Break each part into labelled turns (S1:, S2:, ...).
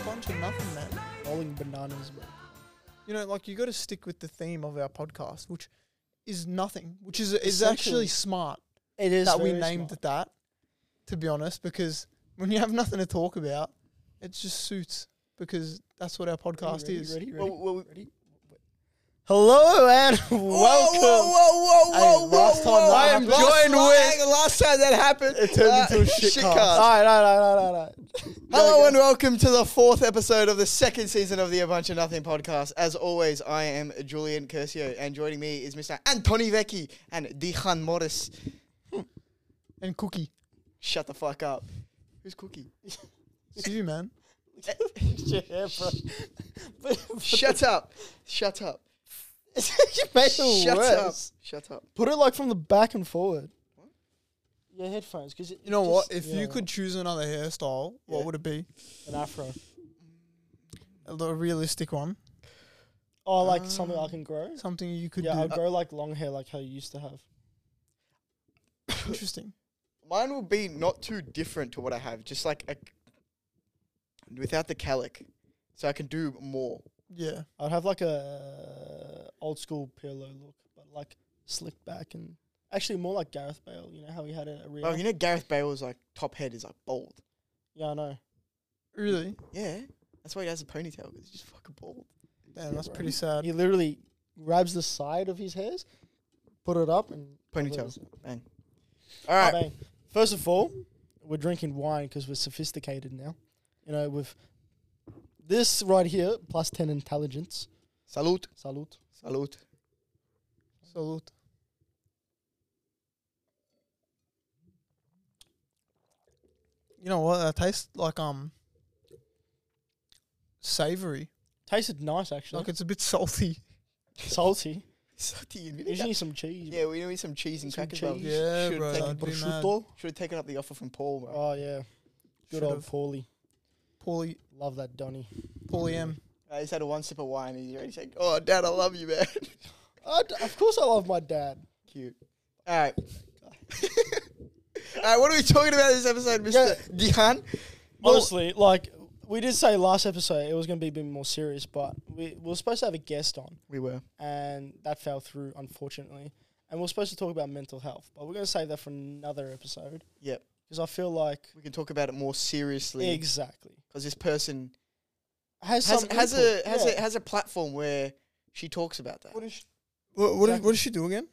S1: fun, man. Rolling bananas, bro. You know, like you got to stick with the theme of our podcast, which is nothing, which is is
S2: Essentially.
S1: actually smart
S2: It is
S1: that we
S2: very
S1: named
S2: smart.
S1: it that. To be honest, because when you have nothing to talk about, it just suits because that's what our podcast
S2: ready,
S1: is.
S2: ready, ready,
S1: Well, well,
S2: ready? Hello and welcome.
S3: Whoa, whoa, whoa, whoa,
S2: Hey, last
S3: whoa,
S2: time
S3: whoa.
S2: that happened-
S3: last
S2: Joined
S3: time,
S2: with-
S3: hang on, last time that happened,
S2: It turned
S3: uh,
S2: into a shit, cast.
S3: cast. Uh,
S2: All right, all right, all right, all right, all right.
S3: Hello and welcome to the fourth episode of the second season of the A Bunch of Nothing podcast. As always, I am Julian Curcio, and joining me is Mr. Antoni Vecchi and Dihan Morris.
S1: and Cookie,
S3: Shut the fuck up. Who's Cookie?
S1: it's you, man.
S2: yeah, bro.
S3: Shut up. Shut up.
S2: you made it
S3: Shut up.
S2: worse.
S3: Shut up.
S2: Put it like from the back and forward. Your headphones, because
S1: You know what? If you could choose another hairstyle, what
S3: Yeah.
S1: would it be?
S2: an afro,
S1: A lo- realistic one,
S2: or Oh, like something I can grow.
S1: something you could
S2: Yeah, I'd
S1: do. Uh,
S2: grow like long hair, like how you used to have.
S1: Interesting.
S3: Mine will be not too different to what I have, just like a, without the calic, so I can do more.
S1: Yeah.
S2: I'd have like a uh, old school Pirlo look, but like slicked back and actually more like Gareth Bale. You know how he had a, a real.
S3: Oh, you know Gareth Bale's like top head is like bald.
S2: yeah, I know.
S1: Really?
S3: Yeah, that's why he has a ponytail. 'cause He's just fucking bald.
S1: Damn, that's
S2: bro.
S1: pretty sad.
S2: He literally grabs the side of his hairs, put it up, and
S3: Ponytail, bang. All right,
S2: Bang. First of all, we're drinking wine because we're sophisticated now. You know, with this right here, plus 10 intelligence.
S3: salute,
S2: Salute.
S3: salute.
S1: Salute. You know what? That tastes like um savory.
S2: Tasted nice, actually.
S1: Like it's a bit salty.
S2: Salty.
S3: Salty and vinegar.
S2: Usually some cheese.
S3: Yeah, we need some cheese and
S2: Some
S3: crackers. bro.
S2: cheese.
S1: Yeah,
S3: Should've
S1: bro,
S3: taken-
S1: that'd be mad.
S2: prosciutto.
S3: Should have taken up the offer from Paul, bro.
S2: Oh, yeah. Good old
S1: Should've.
S2: Paulie.
S1: Paulie,
S2: Love that Donny.
S1: Paulie M.
S3: I just had a one sip of wine and he's already saying, "Oh, Dad, I love you, man."
S2: I d- of course I love my dad.
S3: Cute. All right. All right, what are we talking about this episode, Mister Dihan? Well-
S2: Honestly, like, we did say last episode it was going to be a bit more serious, but we, we were supposed to have a guest on.
S3: We were.
S2: and that fell through, unfortunately. And we're supposed to talk about mental health, but we're going to save that for another episode
S3: Yep.
S2: because I feel like
S3: We can talk about it more seriously
S2: exactly
S3: because this person
S2: has
S3: has
S2: some
S3: has a
S2: input,
S3: has
S2: yeah.
S3: a has a platform where she talks about that.
S2: What is she,
S1: What what, is,
S2: Exactly.
S1: what does she do again?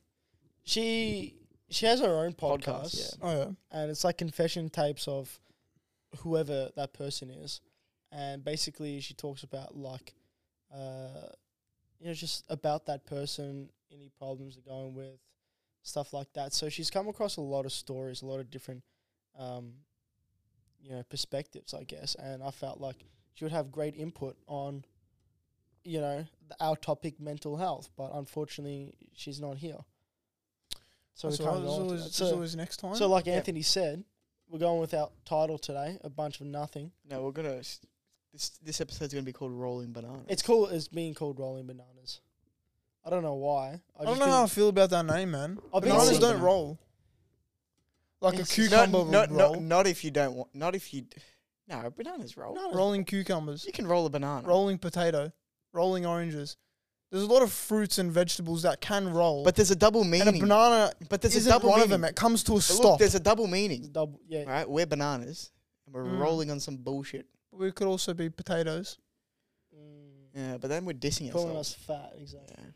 S2: she she has her own podcast,
S3: Podcast, yeah.
S1: Oh yeah.
S2: and it's like confession tapes of whoever that person is, and basically she talks about like uh, you know just about that person, any problems they're going with, stuff like that. So she's come across a lot of stories, a lot of different um, you know perspectives, I guess, and I felt like she would have great input on you know th- our topic, mental health, but unfortunately she's not here. So
S1: That's
S2: we
S1: all right,
S2: can't go
S1: Oh, there's
S2: on to
S1: always,
S2: that.
S1: there's
S2: So-
S1: always next time.
S2: so, like
S3: Yeah.
S2: Anthony said, we're going with our title today, a bunch of nothing.
S3: No, we're gonna. s- This this episode's gonna be called Rolling Banana.
S2: It's cool. It's being called Rolling Bananas. I don't know why.
S1: I don't know how I feel about that name, man.
S2: I've been
S1: Bananas
S2: seeing
S1: don't
S3: them.
S1: roll. Like a
S2: It's-
S3: not,
S1: cucumber
S3: not,
S1: would
S3: not,
S1: roll.
S3: not if you don't want. Not if you. d- No, bananas roll.
S1: Rolling cucumbers.
S3: You can roll a banana,
S1: rolling potato, rolling oranges. There's a lot of fruits and vegetables that can roll,
S3: but there's a double meaning.
S1: and a banana
S3: but there's
S1: isn't
S3: a double
S1: one
S3: meaning.
S1: of them. It comes to a
S3: But
S1: stop.
S3: Look, there's a double meaning.
S2: double. Yeah,
S3: Right, we're bananas, and we're
S1: Mm.
S3: rolling on some bullshit.
S1: we could also be potatoes.
S2: mm,
S3: Yeah, but then we're dissing
S2: calling
S3: ourselves.
S2: us fat. Exactly.
S3: Yeah.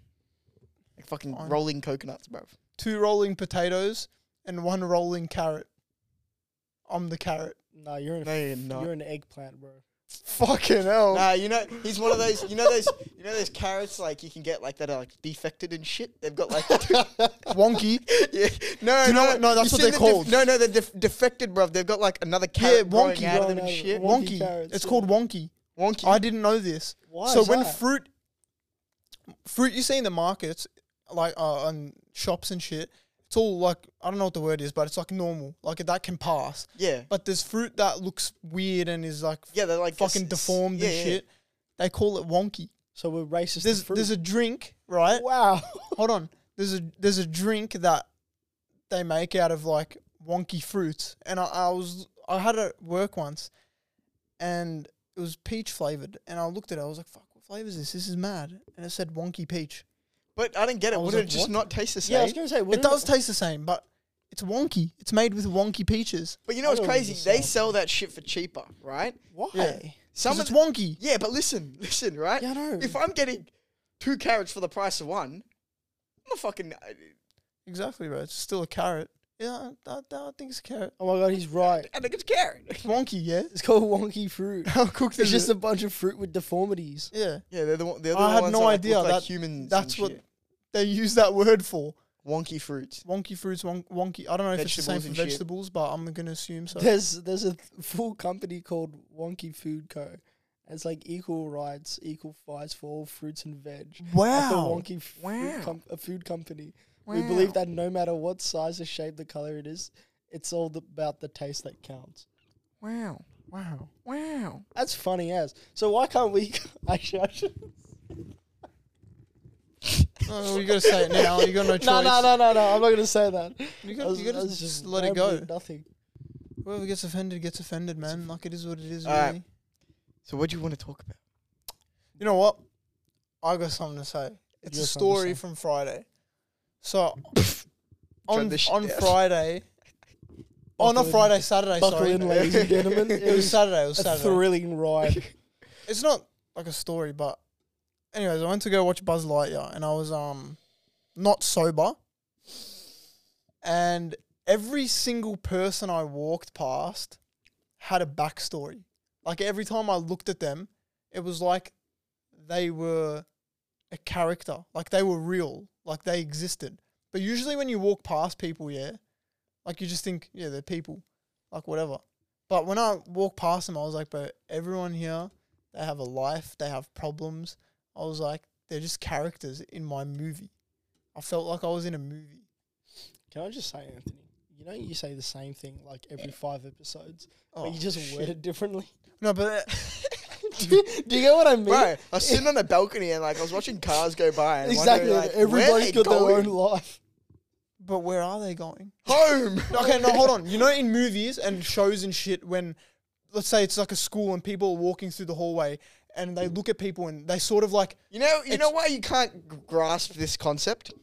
S3: Like fucking
S1: Fine.
S3: rolling coconuts, bro.
S1: Two rolling potatoes and one rolling carrot. I'm the carrot.
S2: No, you're an
S3: No, you're not.
S2: you're an eggplant, bro.
S1: Fucking hell.
S3: Nah, you know he's one of those. You know those. You know those carrots like you can get like that are like defected and shit. They've got like.
S1: Wonky.
S3: yeah. No,
S1: Do you know
S3: no,
S1: what- no, that's
S3: You
S1: what
S3: seen
S1: they're
S3: the
S1: called.
S3: no, no, they're def- defected, bro. They've got like another carrot growing
S1: wonky
S3: out of
S2: growing
S3: them and
S2: out of
S3: shit.
S2: it. Wonky
S1: Wonky.
S2: carrots,
S1: it's
S2: yeah.
S1: called wonky.
S3: Wonky.
S1: I didn't know this.
S2: Why?
S1: so
S2: is
S1: when
S2: that?
S1: fruit, fruit you see in the markets, like uh, on shops and shit, it's all like I don't know what the word is, but it's like normal. Like that can pass.
S3: yeah,
S1: But there's fruit that looks weird and is like
S3: yeah, they're like
S1: fucking
S3: s- s-
S1: deformed
S3: yeah,
S1: and
S3: yeah.
S1: shit. They call it wonky.
S2: so we're racist.
S1: There's
S2: to fruit.
S1: there's a drink, right?
S2: wow.
S1: Hold on. There's a there's a drink that they make out of like wonky fruits. And I, I was I had it at work once and it was peach flavored, and I looked at it. I was like, "Fuck, what flavor is this? This is mad." And it said wonky peach.
S3: But I didn't get
S1: I
S3: it.
S1: was
S3: Would
S1: like,
S3: it just
S1: what?
S3: not taste the same?
S2: Yeah, I was gonna say
S1: it does taste the same, but it's wonky. It's made with wonky peaches.
S3: but you know
S2: I
S3: what's
S2: don't remember
S3: crazy?
S2: the
S3: They
S2: smell.
S3: sell that shit for cheaper, right?
S2: Why?
S1: Yeah.
S3: Some
S1: Because
S3: of
S1: it's
S3: the-
S1: wonky.
S3: yeah, but listen, listen, right?
S2: Yeah, I know.
S3: If I'm getting two carrots for the price of one, I'm a fucking. uh,
S1: Exactly, bro. It's still a carrot. Yeah, I, I, I think it's a carrot.
S2: oh my god, he's right.
S3: I think it's carrot.
S1: It's wonky, yeah.
S2: It's called wonky fruit.
S1: How cooked
S2: It's
S1: is
S2: just
S1: it?
S2: a bunch of fruit with deformities.
S1: yeah.
S3: Yeah, they're the one. They're the
S1: I had
S3: ones
S1: no
S3: that, like,
S1: idea
S3: look like
S1: that-
S3: humans.
S1: That's
S3: and
S1: what
S3: shit.
S1: they use that word for.
S3: wonky fruits.
S1: Wonky fruits, won- wonky. I don't know if it's the same
S3: Vegetables
S1: for
S3: and shit.
S1: vegetables, but I'm gonna assume so.
S2: There's there's a th- full company called Wonky Food Co. And it's like equal rights, equal fights for all fruits and veg. At the Wonky f-
S3: Wow.
S2: food, com- a food company. We believe that no matter what size, the shape, the color it is, it's all th- about the taste that counts.
S3: Wow,
S1: Wow.
S3: wow.
S2: That's funny as. So why can't we? Actually, I should.
S1: Oh, you gotta say it now. You got no choice.
S2: No, no, no, no, no. I'm not gonna say that.
S1: You
S2: I
S1: gotta,
S2: was-
S1: you
S2: I
S1: gotta
S2: was
S1: just, let it go.
S2: rambling Nothing.
S1: Whoever gets offended gets offended, man. Like it is what it is.
S3: Alright.
S1: Really.
S3: So what do you want to talk about?
S1: You know what? I got something to say. It's a
S2: You got something to
S1: story
S2: say.
S1: from Friday. So on
S3: this shit
S1: on
S3: down.
S1: Friday, on a
S2: Buckle in.
S1: Friday, Saturday.
S2: Buckle
S1: Sorry,
S2: in, ladies and gentlemen.
S1: it was Saturday. It was
S2: a
S1: Saturday.
S2: thrilling ride.
S1: it's not like a story, but anyways, I went to go watch Buzz Lightyear, and I was um not sober, and every single person I walked past had a backstory. Like every time I looked at them, it was like they were a character, like they were real, like they existed. But usually when you walk past people, yeah, like you just think, yeah, they're people, like whatever. But when I walked past them, I was like, but everyone here they have a life, they have problems. I was like, they're just characters in my movie. I felt like I was in a movie.
S2: Can I just say, Anthony? You know, you say the same thing like
S3: Eh.
S2: every five episodes,
S1: Oh,
S2: but you just
S1: shit.
S2: word it differently.
S1: No, but uh,
S2: do, you, do you get what I mean?
S3: Bro, I was sitting on a balcony and like I was watching cars go by. And
S2: Exactly.
S3: wondering, Like,
S2: Everybody's got their own life.
S1: but where are they going?
S3: home.
S1: Okay, no, hold on. You know, in movies and shows and shit, when let's say it's like a school and people are walking through the hallway and they look at people and they sort of like
S3: You know, you know why you can't g- grasp this concept.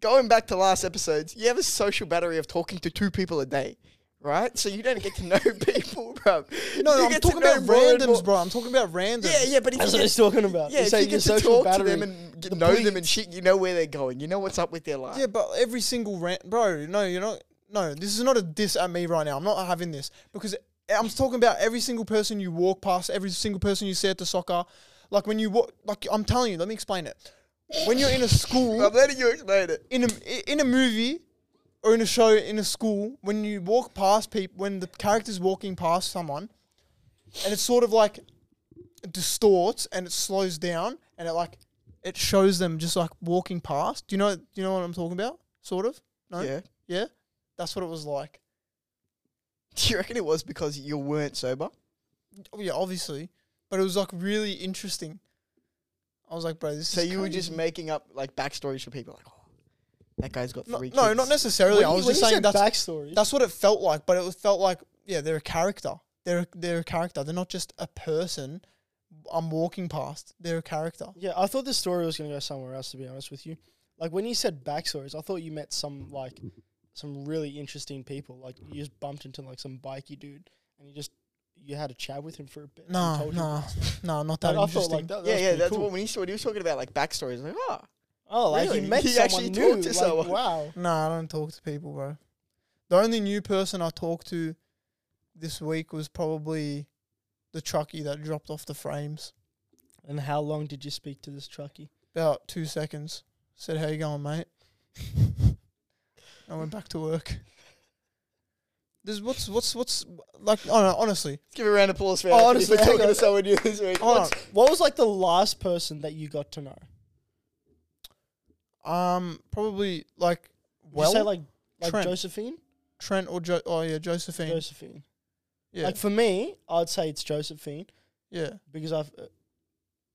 S3: Going back to last episodes, you have a social battery of talking to two people a day, right? So you don't get to know people, bro.
S1: no,
S3: you
S1: no I'm
S3: get to
S1: talking
S3: know
S1: about
S3: more and
S1: randoms,
S3: more-
S1: bro. I'm talking about randoms.
S3: Yeah, yeah, but if
S2: That's
S3: you
S2: what
S3: get,
S2: he's talking about.
S3: yeah,
S2: you
S3: if
S2: say
S3: you
S2: your
S3: get to
S2: social
S3: talk
S2: battery.
S3: to them and get, know them and shit, you know where they're going. You know what's up with their life.
S1: Yeah, but every single rant, bro. No, you're not. No, this is not a diss at me right now. I'm not having this because I'm talking about every single person you walk past, every single person you see at the soccer. Like when you walk, like I'm telling you, let me explain it. When you're in a school,
S3: I'm letting you explain it.
S1: in a in a movie, or in a show, in a school, when you walk past people, when the character's walking past someone, and it's sort of like distorts and it slows down and it like it shows them just like walking past. Do you know? Do you know what I'm talking about? Sort of. No.
S3: Yeah.
S1: Yeah, that's what it was like.
S3: Do you reckon it was because you weren't sober?
S1: Oh, yeah, obviously, but it was like really interesting. I was like, bro, this.
S3: So
S1: is
S3: you were just
S1: crazy.
S3: making up like backstories for people, like, oh, that guy's got
S1: No,
S3: three.
S1: no,
S3: kids.
S1: not
S2: When
S1: necessarily.
S2: you-
S1: I was
S2: when
S1: just
S2: you
S1: saying
S2: said
S1: that's
S2: backstory.
S1: that's what it felt like. But it was- felt like yeah, they're a character. They're a- they're a character. They're not just a person. I'm walking past. They're a character.
S2: yeah, I thought the story was gonna go somewhere else. To be honest with you, like when you said backstories, I thought you met some like some really interesting people. Like you just bumped into like some bikey dude, and you just you had a chat with him for a bit. and he
S1: Nah,
S2: told you
S1: nah, nah, not that
S2: Like, I thought
S1: interesting.
S2: like that. that
S3: Yeah,
S2: was
S3: yeah,
S2: pretty
S3: that's
S2: cool.
S3: what when he saw. He was talking about like backstories. Like, oh,
S2: Oh, like
S3: Really?
S2: he met
S3: He
S2: someone
S3: actually
S2: new.
S3: talked to
S2: like,
S3: someone.
S2: Wow.
S1: Nah, I don't talk to people, bro. The only new person I talked to this week was probably the truckie that dropped off the frames.
S2: And how long did you speak to this truckie?
S1: About two seconds. Said, "How you going, mate?" I went back to work. This what's what's what's like? Oh no, honestly,
S3: Let's give a round of applause for
S2: Oh,
S3: Anthony
S2: honestly,
S3: for talking
S2: hang
S3: to
S2: on.
S3: someone new this week.
S1: hold
S3: What's-
S2: What was like the last person that you got to know?
S1: on. Um, probably like
S2: Did you
S1: well,
S2: say like like
S1: Trent.
S2: Josephine?
S1: Trent or jo- oh yeah, Josephine.
S2: Josephine.
S1: yeah,
S2: Like for me, I'd say it's Josephine
S1: yeah,
S2: because I've uh,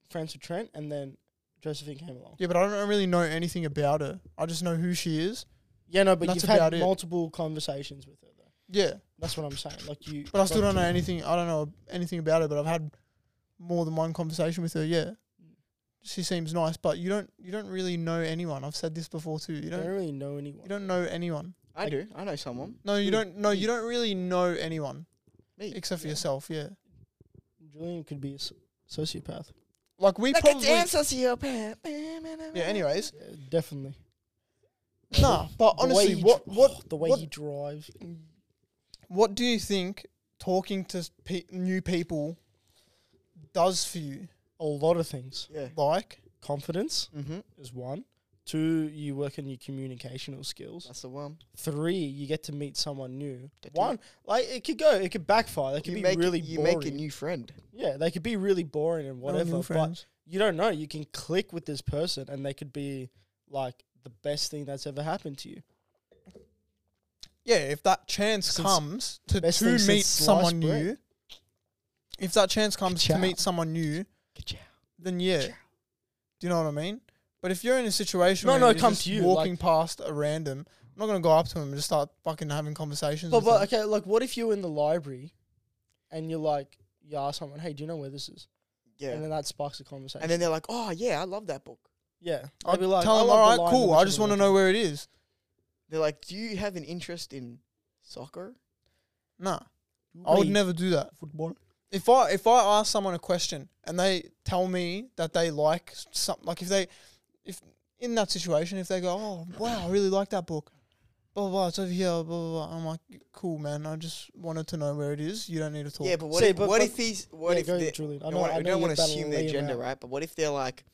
S2: friends with Trent, and then Josephine came along.
S1: yeah. But I don't really know anything about her. I just know who she is.
S2: Yeah, no, but
S1: That's
S2: you've
S1: about
S2: had
S1: it.
S2: multiple conversations with her though.
S1: Yeah,
S2: That's what I'm saying. Like you,
S1: but I still don't know anything. I don't know anything about her, but I've had more than one conversation with her. Yeah, she seems nice, but you don't you don't really know anyone. I've said this before too. You
S2: You don't
S1: don't
S2: really know anyone.
S1: you don't know anyone.
S3: I do. I know someone.
S1: No, you
S2: Who?
S1: don't. No, you
S2: Me.
S1: don't really know anyone
S3: Me.
S1: except for
S2: Yeah.
S1: yourself. Yeah,
S2: Julian could be a s- sociopath.
S1: like we
S3: Like a
S1: probably.
S3: damn sociopath. Yeah.
S1: Yeah. Anyways,
S2: Yeah, definitely.
S1: nah. But
S2: The way
S1: honestly,
S2: he dr-
S1: what what
S2: the way
S1: what-
S2: he drives?
S1: what do you think talking to s- pe- new people does for you?
S2: A lot of things.
S3: Yeah.
S1: Like,
S2: Confidence
S3: Mm-hmm.
S2: is one. Two, you work on your communicational skills.
S3: That's the one.
S2: Three, you get to meet someone new.
S3: That do-
S2: One, like it could go, it could backfire. They could
S3: You
S2: be
S3: make
S2: really
S3: you
S2: boring.
S3: make a new friend.
S2: yeah, they could be really boring and
S1: no new
S2: whatever. But
S1: friends.
S2: you don't know. You can click with this person, and they could be like the best thing that's ever happened to you.
S1: yeah, if that chance
S2: Since-
S1: comes to,
S2: best
S1: to
S2: thing
S1: meet
S2: since sliced
S1: someone
S2: bread.
S1: new, if that chance comes to
S2: Ka-chow.
S1: meet someone new,
S3: Ka-chow.
S1: then yeah, do
S3: Ka-chow.
S1: you know what I mean? But if you're in a situation
S2: No,
S1: where
S2: no,
S1: you're
S2: come
S1: just
S2: to you,
S1: walking past a random, I'm not gonna go up to him and just start fucking having conversations.
S2: But,
S1: with
S2: but
S1: them.
S2: okay, like what if you're in the library, and you're like, you ask someone, hey, do you know where this is?
S3: Yeah.
S2: And then that sparks a conversation.
S3: And then they're like, "Oh yeah, I love that book."
S2: yeah,
S1: I'd
S2: I'd
S1: be
S2: be like,
S1: tell
S2: "I
S1: him,
S2: love the
S1: all right,
S2: line
S1: cool.
S2: in
S1: I
S2: which
S1: just
S2: of
S1: want to
S2: them
S1: know where it is.
S3: They're like, "Do you have an interest in soccer?"
S1: Nah,
S2: are
S1: I would
S2: playing
S1: never do that.
S2: football.
S1: if I if I ask someone a question and they tell me that they like something, like if they if in that situation, if they go, oh wow, I really like that book, blah blah, blah it's over here, blah blah, blah. I'm like, cool man, I just wanted to know where it is. You don't need to talk.
S3: Yeah, but what
S2: Say,
S3: if
S2: but-
S3: what
S2: but-
S3: if he's what
S2: yeah,
S3: if
S2: go,
S3: the-
S2: Julian. I
S3: I
S2: know,
S3: don't,
S2: I know
S3: want
S2: you're
S3: to
S2: about
S3: assume
S2: lay
S3: their
S2: him
S3: gender,
S2: out.
S3: right? But what if they're like,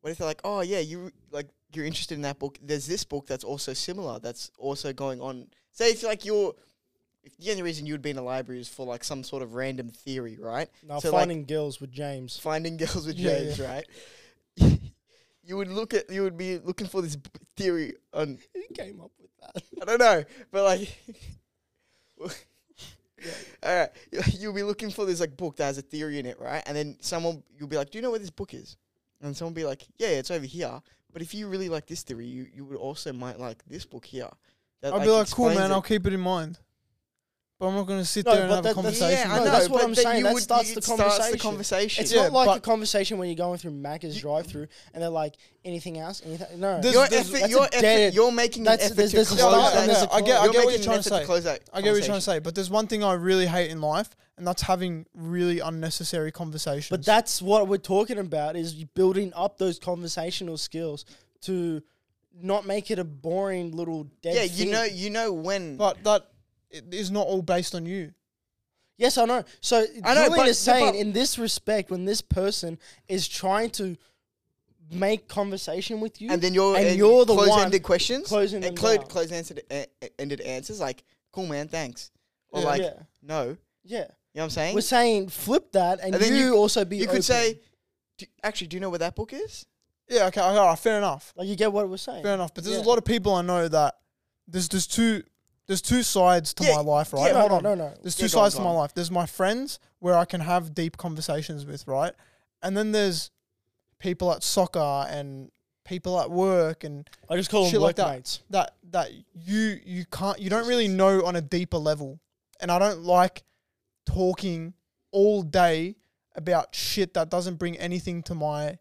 S3: what if they're like, oh yeah, you like you're interested in that book? There's this book that's also similar that's also going on. Say it's like you're, if the only reason you'd be in a library is for like some sort of random theory, right?
S2: Now
S3: So, like-
S2: finding girls with James.
S3: Finding girls with
S1: Yeah,
S3: James, right? you would look at you would be looking for this b- theory on
S2: Who came up with that?
S3: I don't know, but like, all right, you'll be looking for this like book that has a theory in it, right? And then someone you'll be like, "Do you know where this book is?" And someone will be like, "Yeah, it's over here." But if you really like this theory, you, you would also might like this book here. That,
S1: I'd be like, cool
S3: explains
S1: man,
S3: it."
S1: I'll keep it in mind. But I'm not gonna sit
S2: No,
S1: there and
S2: but
S1: have a
S2: that- that's-
S1: conversation.
S3: Yeah, I
S2: No,
S3: know.
S2: that's what
S3: but
S2: I'm
S3: that
S2: saying,
S3: You
S2: that
S3: would,
S2: starts
S3: you-
S2: the
S3: it starts the
S2: conversation.
S3: conversation.
S2: It's
S1: Yeah,
S2: not like a
S1: but-
S2: conversation when you're going through Macca's
S3: You-
S2: drive-through and they're like, anything else, anything. No,
S1: There's-
S3: your
S1: there's-
S3: effort,
S2: that's
S3: your
S2: a
S3: effort,
S2: dead-
S3: you're making an
S2: that's-
S3: effort
S2: there's-
S3: to
S2: there's a
S3: close
S2: start
S3: that.
S2: and there's a
S1: I get- I
S3: you're
S1: get what
S3: making
S1: you're
S3: an
S1: trying to
S3: effort
S1: say.
S3: close that
S1: I get what you're trying to
S3: conversation.
S1: say, but there's one thing I really hate in life, and that's having really unnecessary conversations.
S2: but that's what we're talking about is you building up those conversational skills to not make it a boring little dead.
S3: Yeah, you
S2: thing.
S3: know, you know when.
S1: but that i- is not all based on you.
S2: Yes, I know. So
S3: I know,
S2: Julian
S3: but-
S2: is saying
S3: but-
S2: in this respect, when this person is trying to make conversation with you,
S3: and then you're
S1: uh,
S2: and
S3: and
S2: you're the one
S3: close-ended questions,
S2: closing
S3: and
S2: them
S3: clo-
S2: down.
S3: close-ended a- a- ended answers like "cool man, thanks," or
S1: Yeah.
S3: like
S2: yeah,
S3: "no," you know
S2: yeah.
S3: what I'm saying?
S2: We're saying flip that, and,
S3: And then
S2: you,
S3: you-
S2: also be.
S3: you
S2: open.
S3: could say, do, "Actually, do you know where that book is?"
S1: Yeah, okay, all right, fair enough.
S2: like you get what we're saying.
S1: Fair enough, but there's
S2: Yeah.
S1: a lot of people I know that there's there's two there's two sides to
S3: Yeah,
S1: my life,
S2: Yeah,
S1: right?
S2: no,
S1: Hold
S2: no,
S1: on.
S2: no, no.
S1: There's two
S3: Yeah, go on,
S1: sides
S3: go
S1: to my
S3: on.
S1: life. There's my friends where I can have deep conversations with, right? And then there's people at soccer and people at work and
S2: I just call
S1: Shit
S2: them
S1: like that.
S2: workmates.
S1: that that you you can't you don't really know on a deeper level. And I don't like talking all day about shit that doesn't bring anything to my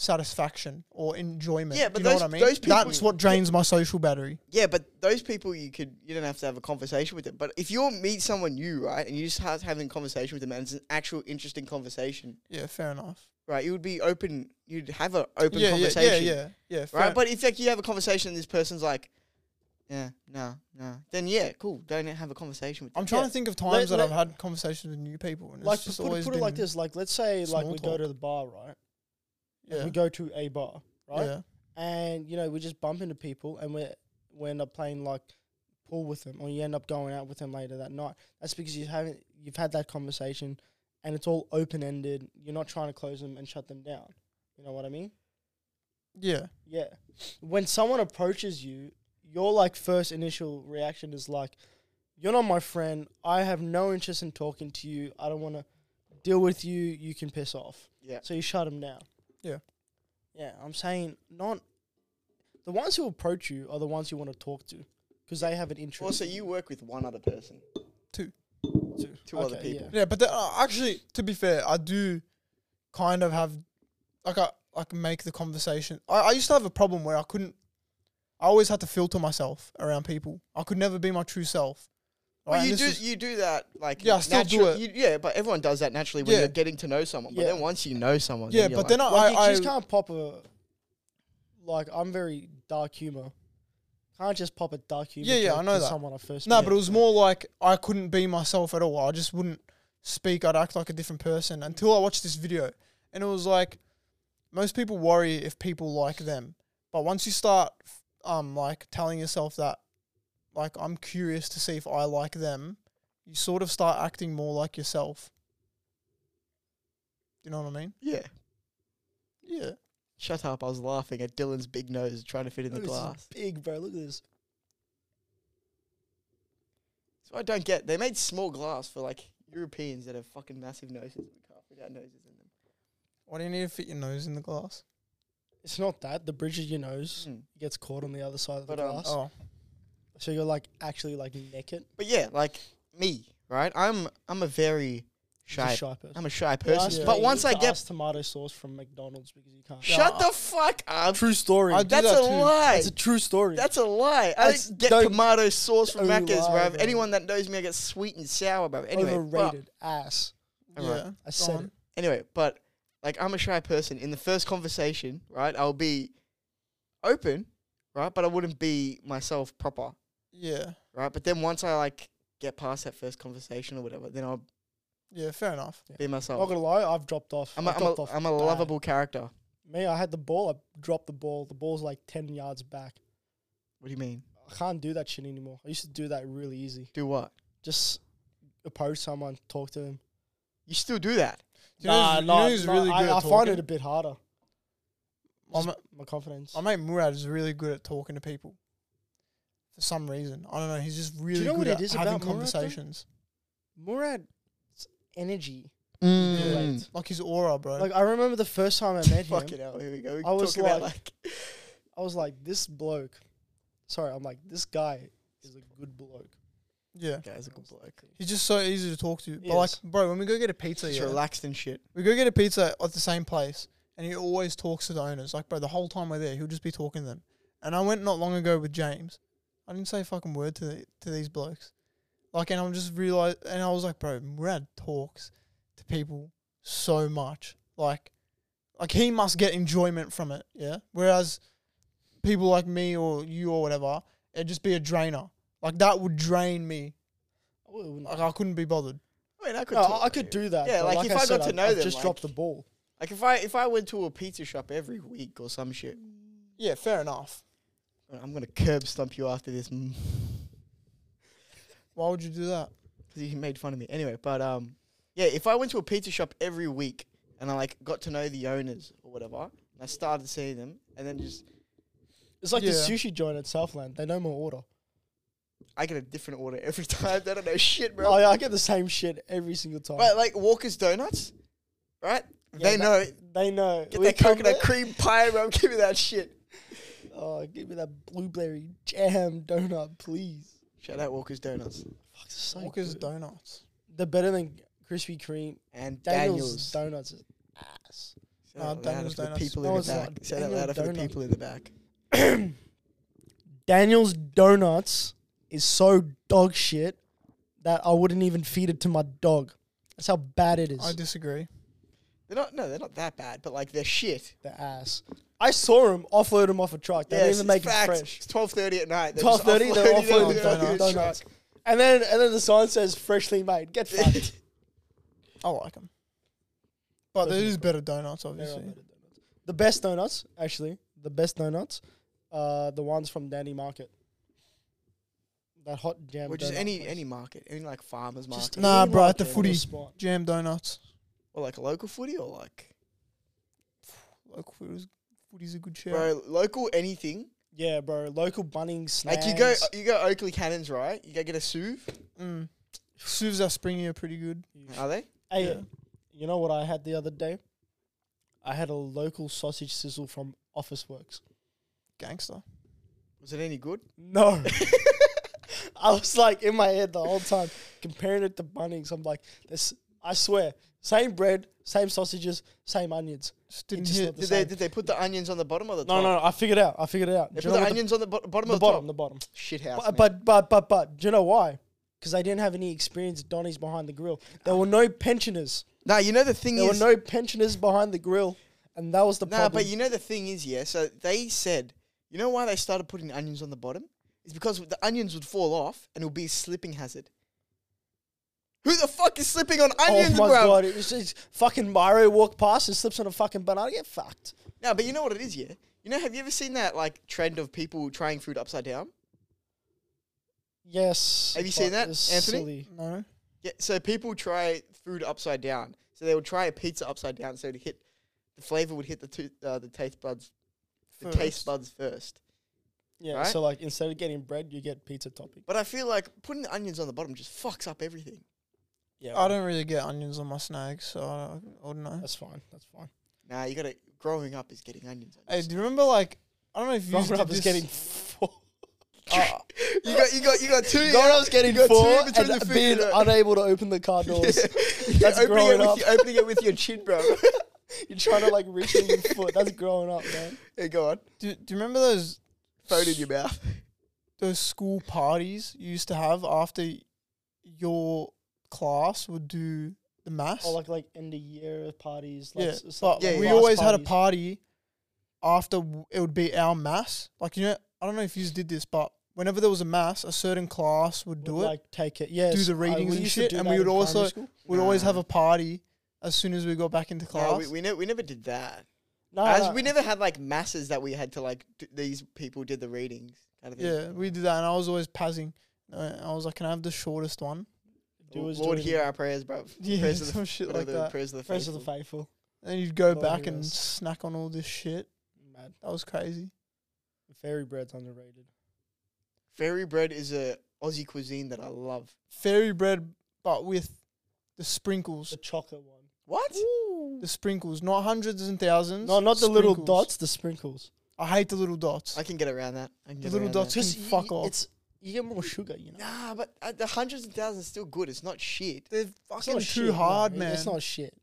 S1: satisfaction or enjoyment.
S3: Yeah,
S1: Do
S3: but
S1: you know
S3: those-
S1: what I mean?
S3: those people-
S1: That's what drains my social battery.
S3: Yeah, but those people you could you don't have to have a conversation with them. But if you meet someone new, right, and you start having a conversation with them, and it's an actual interesting conversation,
S1: Yeah, fair enough.
S3: right, you would be open. You'd have an open
S1: yeah,
S3: conversation,
S1: Yeah, yeah, yeah. yeah fair-
S3: right? But if like you have a conversation, and this person's like, "Yeah, no, no," then yeah, cool. Don't have a conversation with them.
S1: I'm trying
S2: yeah.
S1: to think of times
S2: Let-
S1: that I've
S2: let-
S1: had conversations with new people, and
S2: Like
S1: it's just
S2: put,
S1: always
S2: it- put it
S1: been,
S2: like this. Like let's say like
S1: small
S2: we
S1: talk.
S2: go to the bar, right?
S1: Yeah,
S2: We go to a bar, right?
S1: yeah,
S2: and you know we just bump into people and we we end up playing like pool with them or you end up going out with them later that night that's because you haven't you've had that conversation and it's all open-ended you're not trying to close them and shut them down you know what i mean
S1: yeah.
S2: yeah when someone approaches you your like first initial reaction is like you're not my friend i have no interest in talking to you i don't want to deal with you you can piss off
S3: Yeah.
S2: so you shut them down.
S1: Yeah.
S2: Yeah, I'm saying not. The ones who approach you are the ones you want to talk to, because they have an interest.
S3: Also, you work with one other person,
S1: Oh, Two.
S3: two, two other
S2: Okay,
S3: people.
S2: yeah.
S1: Yeah, but the, uh, actually, to be fair, I do kind of have like I like make the conversation. I, I used to have a problem where I couldn't. I always had to filter myself around people. I could never be my true self.
S3: Well,
S1: right?
S3: you
S1: And
S3: do
S1: this is-
S3: you do that like
S1: Yeah, I still do
S3: natural-
S1: it.
S3: you- yeah, but everyone does that naturally when
S1: Yeah.
S3: you're getting to know someone. But
S2: Yeah.
S3: then once you know someone,
S1: yeah,
S3: then you're
S1: but
S3: like,
S1: then I,
S2: like,
S1: I,
S2: you just
S1: I
S2: can't pop a like I'm very dark humor. Can't just pop a dark humor.
S1: Yeah, yeah,
S2: joke
S1: I know
S2: to
S1: that.
S2: Someone I first.
S1: no,
S2: met.
S1: but it was more like I couldn't be myself at all. I just wouldn't speak. I'd act like a different person until I watched this video, and it was like most people worry if people like them, but once you start um like telling yourself that like I'm curious to see if I like them, you sort of start acting more like yourself. You know what I mean?
S3: yeah,
S1: Yeah.
S3: shut up. I was laughing at Dylan's big nose trying to fit in
S2: Look,
S3: the
S2: this is
S3: glass.
S2: Big bro, look at this.
S3: So I don't get. They made small glass for like Europeans that have fucking massive noses. We can't fit our noses in them.
S1: Why do you need to fit your nose in the glass?
S2: It's not that the bridge of your nose
S3: Mm.
S2: gets caught on the other side of the
S3: But, um,
S2: glass,
S1: Oh,
S2: so you're like actually like naked.
S3: But yeah, like me, right? I'm I'm a very
S2: It's
S3: shy.
S2: a shy person.
S3: I'm a shy
S2: They
S3: person.
S2: asked
S1: Yeah.
S2: me
S3: But once
S2: to
S3: I get
S2: ask tomato sauce from McDonald's because you can't.
S3: shut
S1: Yeah,
S3: the fuck up.
S2: True story.
S1: I do
S3: That's
S1: that
S3: a
S1: too.
S3: lie.
S2: It's a true story.
S3: That's a lie. I
S2: That's-
S3: don't get
S2: don't-
S3: tomato sauce from
S2: Oh, you
S3: Macca's,
S2: lie,
S3: bruv.
S2: bro.
S3: Anyone that knows me, I get sweet and sour, bruv. Anyway,
S2: Overrated ass.
S3: But, alright.
S1: yeah.
S2: I said it.
S3: Anyway, but like I'm a shy person. In the first conversation, right, I'll be open, right, but I wouldn't be myself proper,
S1: Yeah.
S3: right. But then once I like get past that first conversation or whatever, then I'll
S1: Yeah, fair enough.
S3: be
S2: Not
S3: myself.
S2: gonna lie, I've dropped off.
S3: Oh. I'm a,
S2: I've
S3: I'm
S2: dropped
S3: a,
S2: off
S3: I'm a
S2: bad.
S3: lovable character.
S2: Me, I had the ball. I dropped the ball. The ball's like ten yards back.
S3: What do you mean?
S2: I can't do that shit anymore. I used to do that really easy.
S3: Do what?
S2: Just approach someone, talk to them.
S3: You still do that?
S1: Do you know who's- you know who's really
S2: I,
S1: good
S2: I
S1: at
S2: find
S1: talking?
S2: it a bit harder.
S1: My
S2: Just
S1: ma-
S2: my confidence.
S1: My mate Murad is really good at talking to people. For some reason, I don't know. He's just really
S2: know
S1: good
S2: what it
S1: at
S2: is
S1: having
S2: about Murad, though?
S1: conversations.
S2: Murad's energy.
S3: Mm.
S1: Like his aura, bro.
S2: Like I remember the first time I met him,
S3: Fucking hell, here we go. We
S2: I was
S3: talking about
S2: like-
S3: like
S2: I was like, this bloke. Sorry, I'm like, this guy is a good bloke.
S1: yeah,
S3: guy's a good bloke.
S1: he's just so easy to talk to. But like,
S2: Yes.
S1: bro, when we go get a pizza,
S3: He's
S1: yeah,
S3: relaxed and shit.
S1: we go get a pizza at the same place, and he always talks to the owners. Like, bro, the whole time we're there, he'll just be talking to them. And I went not long ago with James. I didn't say a fucking word to the, to these blokes. Like, and I'm just realized, and I was like, bro, Murad talks to people so much. Like, like he must get enjoyment from it, yeah. Whereas people like me or you or whatever, it'd just be a drainer. Like that would drain me.
S2: I wouldn't-
S1: Like I couldn't be bothered.
S3: I mean, I could.
S2: No,
S3: talk
S2: I
S3: to
S2: could
S3: you.
S2: do that.
S3: Yeah,
S2: but
S3: like, if I,
S2: said,
S3: got to
S2: I've-
S3: know
S2: I've
S3: them,
S2: just
S3: like,
S2: dropped the ball.
S3: Like if I if I went to a pizza shop every week or some shit,
S1: Yeah, fair enough.
S3: I'm gonna curb stomp you after this mm, because
S1: Why would you do that?
S3: you made fun of me. Anyway, but um, yeah, if I went to a pizza shop every week and I like got to know the owners or whatever, and I started seeing them, and then just
S2: It's like the
S1: Yeah.
S2: sushi joint at Southland. They know my order.
S3: I get a different order every time. I don't know shit, bro.
S2: Oh, yeah, I get the same shit every single time.
S3: But like Walker's Donuts, right?
S2: Yeah,
S3: they
S2: that-
S3: know.
S2: They know.
S3: Get
S2: We
S3: that
S2: come
S3: coconut
S2: there-
S3: cream pie, bro. Give me that shit.
S2: Oh, give me that blueberry jam donut, please.
S3: Shout out Walker's Donuts
S2: Fuck, it's so
S1: Walker's
S2: good.
S1: donuts.
S2: They're better than Krispy Kreme.
S3: and
S2: Daniel's,
S3: Daniels.
S2: donuts is ass.
S3: Shout out
S1: Nah,
S3: louder
S1: Daniel's
S3: for the
S1: Donuts.
S3: people
S2: No,
S3: in the
S2: it's not.
S3: back. Shout out
S2: Daniel
S3: louder for the
S2: Donut.
S3: people in the back.
S2: Daniel's donuts is so dog shit that I wouldn't even feed it to my dog. That's how bad it is.
S1: I disagree.
S3: They're not. No, they're not that bad. But like they're shit.
S2: the ass. I saw him offload him off a truck. They didn't
S3: Yes,
S2: even
S3: it's
S2: make
S3: facts.
S2: it fresh.
S3: It's twelve thirty at night. They're
S2: Twelve
S3: just
S2: thirty, they're
S3: offloading
S2: offloading
S3: it
S1: them
S3: on the
S1: fucking
S2: donuts. donuts. And then and then the sign says freshly made. Get
S3: truck.
S2: fucked.
S1: I like them. But there is better donuts, obviously.
S2: the best donuts, actually, the best donuts, uh, the ones from Danny Market. That hot jam.
S3: Or just
S2: donut
S3: any
S2: place.
S3: any market, any like farmers market,
S2: Just
S1: Nah,
S2: any
S1: bro, at the
S2: market.
S1: footy.
S2: Spot.
S1: Jam donuts.
S3: or like a local footy, or like
S1: Local food is, food is a good shout.
S3: bro, local anything.
S2: Yeah, bro. Local Bunnings.
S3: Like you go, you go Oakley Cannons, right? You go get a Suv.
S1: Mm. Suvs are springy are pretty good.
S3: Are they?
S2: Hey,
S1: Yeah.
S2: you know what I had the other day? I had a local sausage sizzle from Office Works.
S1: Gangster.
S3: Was it any good?
S2: No, I was like in my head the whole time comparing it to Bunnings. I'm like, this. I swear, same bread, same sausages, same onions.
S1: Just didn't
S2: just
S1: hit.
S2: not the
S3: Did they,
S2: same.
S3: did they put the onions on the bottom of the
S2: No,
S3: top?
S2: no, no. I figured it out. I figured it out.
S3: They
S2: Do
S3: put
S2: you
S3: the
S2: know what
S3: onions on the bo- bottom
S2: the,
S3: of the,
S2: bottom,
S3: top.
S2: the bottom.
S3: Shit house.
S2: But, but but but but do you know why? Because they didn't have any experience at Donny's behind the grill. There were no pensioners.
S3: nah, you know the thing
S2: There were
S3: is.
S2: no pensioners behind the grill, and that was the
S3: nah,
S2: problem.
S3: but you know the thing is, yeah. So they said, you know why they started putting onions on the bottom? It's because the onions would fall off and it would be a slipping hazard. Who the fuck is slipping on onions,
S2: oh my
S3: bro?
S2: god! It's, it's fucking Mario walked past and slips on a fucking banana. Get fucked.
S3: No, but you know what it is, yeah. You know, have you ever seen that like trend of people trying food upside down?
S2: Yes.
S3: Have you
S2: but
S3: seen that,
S2: it's
S3: Anthony?
S2: Silly.
S1: No.
S3: Yeah, so people try food upside down. So they would try a pizza upside down, so it hit the flavor would hit the tooth, uh, the taste buds, the taste
S1: First.
S3: buds first.
S2: Yeah.
S3: Right?
S2: So like, instead of getting bread, you get pizza topping.
S3: But I feel like putting the onions on the bottom just fucks up everything.
S2: Yeah.
S1: I don't really get onions on my snags, so I don't, I don't know.
S2: That's fine. That's fine.
S3: Nah, you gotta. Growing up is getting onions. On
S1: Hey,
S3: your
S1: do you remember like I don't know if you
S2: Growing
S1: did
S2: up is
S1: this-
S2: getting four.
S3: skin. Oh. you got, you got, you got two.
S2: Growing
S3: yeah,
S2: up's getting
S3: you got two
S2: four
S3: in between
S2: and
S3: the
S2: being
S3: finger.
S2: unable to open the car doors.
S3: You're
S2: That's
S3: opening it
S2: growing
S3: with
S2: up.
S3: your- opening it with your chin, bro.
S2: You're trying to like reach in your foot. That's growing up, man.
S3: yeah, go on.
S1: Do, do you remember those
S3: Phone in your mouth.
S1: those school parties you used to have after your class would do the mass?
S2: Or Oh, like like end of year parties. Like
S1: yeah,
S2: s- s-
S1: but
S3: yeah,
S1: we
S2: class
S3: yeah.
S1: always had a
S2: parties.
S1: party after w- it would be our mass. Like you know, I don't know if you did this, but whenever there was a mass, a certain class would do
S2: Would,
S1: it.
S2: Like take it. Yeah.
S1: do the readings and shit, and we would also we'd always have a party as soon as we got back into class.
S3: No, we, we, ne- we never did that.
S2: No,
S3: As
S2: no.
S3: we never had like masses that we had to like. D- these people did the readings. Kind of thing.
S1: yeah, we did that, and I was always passing. Uh, I was like, "Can I have the shortest one?"
S2: Do is do
S3: Lord,
S2: it.
S3: hear our prayers, bro.
S1: Yeah,
S3: prayers of the,
S1: some shit
S3: what are
S1: like
S3: the
S1: that.
S3: Prayers of the
S2: Friends of the
S3: faithful.
S2: faithful.
S1: And you'd go
S2: Lord
S1: back
S2: hear
S1: and
S2: us.
S1: snack on all this shit.
S2: Mad.
S1: That was crazy.
S2: Fairy bread's underrated.
S3: Fairy bread is a Aussie cuisine that I love.
S1: Fairy bread, but with the sprinkles.
S2: The chocolate one.
S3: What?
S1: The sprinkles, not hundreds and thousands.
S2: No, not the little
S1: sprinkles.
S2: dots. The sprinkles.
S1: I hate the little dots.
S3: I can get around that. I can
S1: The
S3: get
S1: little
S3: around
S1: dots.
S3: that.
S1: Just
S2: y-
S1: fuck
S2: y-
S1: off.
S2: It's you get more sugar, you know.
S3: Nah, but uh, the hundreds and thousands is still good. It's not shit.
S1: They're
S2: It's
S1: fucking
S2: not
S1: too
S2: shit, no,
S1: hard,
S2: it-
S1: man.
S2: It's not shit.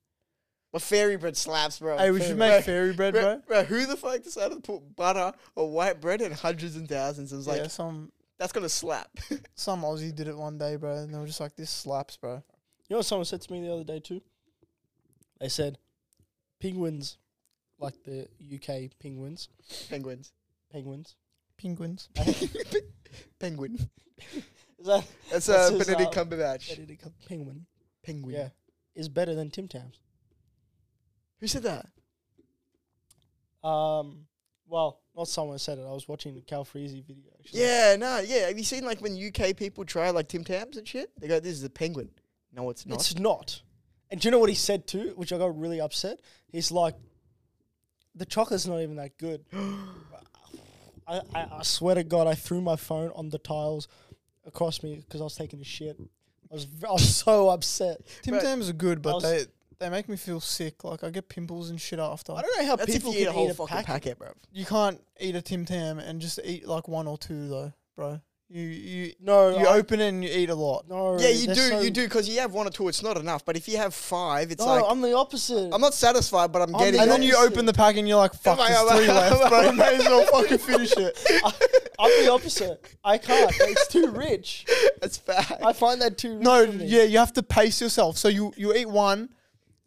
S3: But fairy bread slaps, bro.
S1: hey, we
S2: fairy
S1: should
S2: bread.
S1: make fairy bread,
S3: bro,
S1: bro.
S3: bro, who the fuck decided to put butter or white bread in hundreds and thousands? And was like,
S1: yeah, some
S3: that's gonna slap.
S1: some Aussie did it one day, bro, and they were just like, "This slaps, bro."
S2: You know what someone said to me the other day too? They said penguins, like the UK penguins,
S3: Penguins.
S2: penguins.
S1: Penguins.
S3: Penguin.
S2: Is that
S3: That's
S2: That's
S3: a
S2: his,
S3: Benedict
S2: uh,
S3: Cumberbatch.
S2: penguin?
S3: Penguin.
S2: Yeah, is better than Tim Tams.
S3: Who said that?
S2: Um, well, not someone said it. I was watching the Cal Freezy video. Actually.
S3: Yeah, no, yeah. Have you seen like when UK people try like Tim Tams and shit? They go, "This is a penguin." No, it's not.
S2: it's not. And do you know what he said too? Which I got really upset. He's like, the chocolate's not even that good. I, I, I swear to God, I threw my phone on the tiles across me because I was taking a shit. I was, v- I was so upset.
S1: Tim
S3: Bro,
S1: Tams are good, but
S2: was-
S1: they they make me feel sick. Like I get pimples and shit after.
S2: I don't know how
S3: That's if
S2: people
S3: you
S2: can
S3: eat a whole fucking
S2: packet.
S3: packet. bro.
S1: You can't eat a Tim Tam and just eat like one or two though, bro. You you
S2: No,
S1: you
S2: I-
S1: open it and you eat a lot.
S2: no.
S3: Yeah, you
S2: they're
S3: do,
S2: so-
S3: you do, because you have one or two, it's not enough. But if you have five, it's
S2: No,
S3: like I'm,
S2: I'm the opposite.
S3: not satisfied, but I'm,
S2: I'm
S3: getting.
S1: And
S2: the
S1: then you
S2: opposite.
S1: open the pack and you're like, fuck,
S3: Am I-
S1: there's
S3: am I-
S1: three left,
S3: am I-
S1: bro. May as well fucking finish it.
S2: I'm the opposite. I can't. It's too rich.
S3: It's fact.
S2: I find that too. Rich
S1: No,
S2: for me.
S1: yeah, you have to pace yourself. So you, you eat one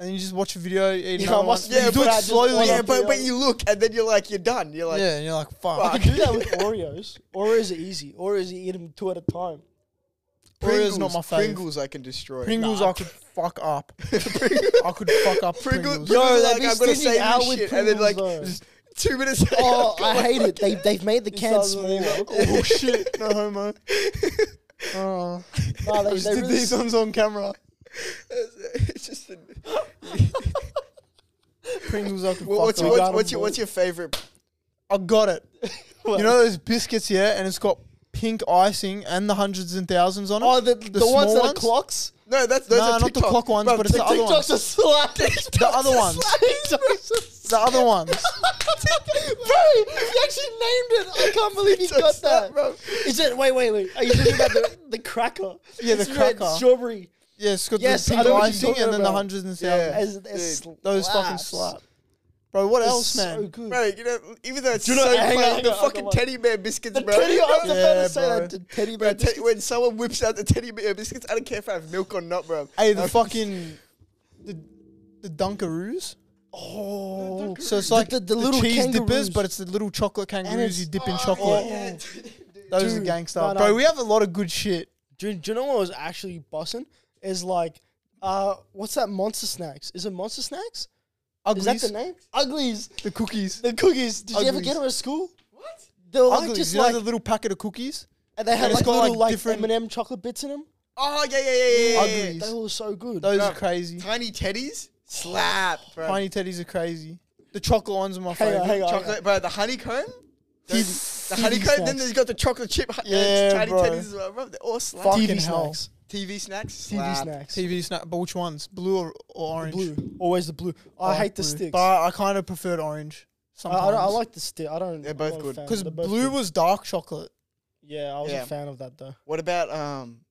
S1: and then you just watch a video, you eat
S2: Yeah, I
S1: another one.
S2: must
S1: Yeah, you
S2: be
S1: do
S2: bad,
S1: it
S2: just
S1: slowly.
S2: one
S1: Yeah,
S3: yeah,
S2: after
S3: but
S2: the
S3: but
S2: other.
S3: you look, and then you're like, you're done. You're like,
S1: and you're like, fuck.
S2: I can do that with Oreos. Oreos are easy. Oreos, you eat them two at a time.
S1: Oreo's not my fave. Pringles,
S3: Pringles, I can destroy.
S1: Pringles
S2: Nah.
S1: I could fuck up. I could fuck up Pringles.
S3: Pringles, Pringles are
S2: Yo, they'd
S3: like,
S2: be
S3: I'm gonna
S2: stinging
S3: save
S2: out
S3: this
S2: with
S3: shit, and then like
S2: Pringles, though.
S3: just two minutes. later,
S2: Oh,
S3: I'm
S2: I
S3: like-
S2: hate it. They they've made the can
S1: sounds
S2: smaller.
S1: really Oh shit, no homo. Oh,
S2: Nah,
S1: I
S2: they,
S1: just
S2: they
S1: did
S2: really
S1: these ones on camera.
S3: it's just. an-
S1: Pringles I could
S3: What-
S1: fuck
S3: what's,
S1: up.
S3: your, what's,
S2: Garden
S3: what's your
S2: Ball.
S3: what's your favorite?
S1: I got it. You know those biscuits, yeah, and it's got pink icing and the hundreds and thousands on it.
S2: Oh, the, the, ones
S1: small
S2: that
S1: ones?
S2: are clocks.
S3: No, that's those
S1: Nah, not
S3: are
S1: the
S3: TikTok.
S1: clock ones,
S3: Bro,
S1: but it's the other ones.
S2: TikToks are slack.
S1: The other ones. The other ones.
S2: Bro, you actually named it. I can't believe you
S3: TikTok's
S2: got
S3: that,
S2: that.
S3: bro.
S2: Is it? Wait, wait, wait. Are you talking about the, cracker.
S1: Yeah, the
S2: It's red,
S1: cracker.
S2: Strawberry.
S1: Yeah, it's got
S2: Yes,
S1: the
S2: I
S1: pink
S2: know what you're
S1: icing
S2: talking
S1: and then the
S2: about.
S1: hundreds and
S3: Yeah.
S1: thousands.
S2: As, as
S3: Dude,
S1: Those fucking slap. Bro, what else,
S2: So
S1: man?
S2: good.
S3: Bro, you know, even though it's
S2: Do
S3: so
S2: not- hang on,
S3: funny,
S2: hang
S3: the
S2: on, I
S3: fucking
S2: got one.
S3: teddy bear biscuits,
S2: the
S3: bro.
S2: teddy, I was about
S1: Yeah,
S2: to say
S1: bro.
S2: that. The teddy
S3: Bro,
S2: bear.
S3: te-
S2: biscuits.
S3: when someone whips out the teddy bear biscuits, I don't care if I have milk or not, bro.
S1: Hey, the
S3: I'm-
S1: fucking the the Dunkaroos.
S2: oh,
S1: So it's like
S2: the, the, little
S1: cheese
S2: kangaroos.
S1: dippers, but it's the little chocolate kangaroos you dip in chocolate.
S3: Oh, yeah, dude.
S1: Those are
S2: Dude,
S1: gangster,
S2: no, no.
S1: bro. We have a lot of good shit.
S2: Do, do you know what was actually bossing? Is like, uh, what's that monster snacks? Is it monster snacks?
S1: Uglies,
S2: Is that the name? Uglies.
S1: the cookies.
S2: The cookies. Did you ever
S1: Uglies.
S2: get them at school? What? They were like
S1: Uglies,
S2: just
S1: you know
S2: like,
S1: the little packet of cookies.
S2: and they
S1: and
S2: had
S1: it's
S2: like
S1: got,
S2: little
S1: like,
S2: like
S1: different-
S2: M and M chocolate bits in them.
S3: Oh, yeah, yeah, yeah, yeah, yeah.
S1: Uglies.
S2: They were so good.
S1: Those
S3: Bro.
S1: are crazy.
S3: Tiny teddies? Slap, bro.
S1: Tiny teddies are crazy. The chocolate ones are my
S2: Hang on,
S1: favorite.
S2: hang on.
S3: chocolate, bro. The honeycomb? Those- the
S2: TV
S3: honeycomb, then
S2: snacks.
S3: there's got the chocolate chip. hu- uh,
S1: Yeah,
S3: tiny
S1: bro.
S3: teddies as well, bro. They're all slap.
S1: Fuck. Fucking
S2: TV
S1: hell.
S2: snacks.
S3: TV snacks?
S2: TV
S3: Slap.
S2: snacks.
S1: TV snack, but which ones? Blue or, or orange?
S2: Blue. Always the blue. I
S1: Dark
S2: hate the
S1: blue.
S2: sticks. I,
S1: But I kind of preferred orange.
S2: I,
S1: Sometimes.
S2: don't- I like the stick. I don't.
S3: They're
S2: I'm
S3: both
S2: not a
S3: good.
S2: fan.
S1: because
S2: They're both
S1: blue
S2: good.
S1: was dark chocolate.
S2: Yeah, I was
S3: Yeah.
S2: a fan of that though.
S3: What about um,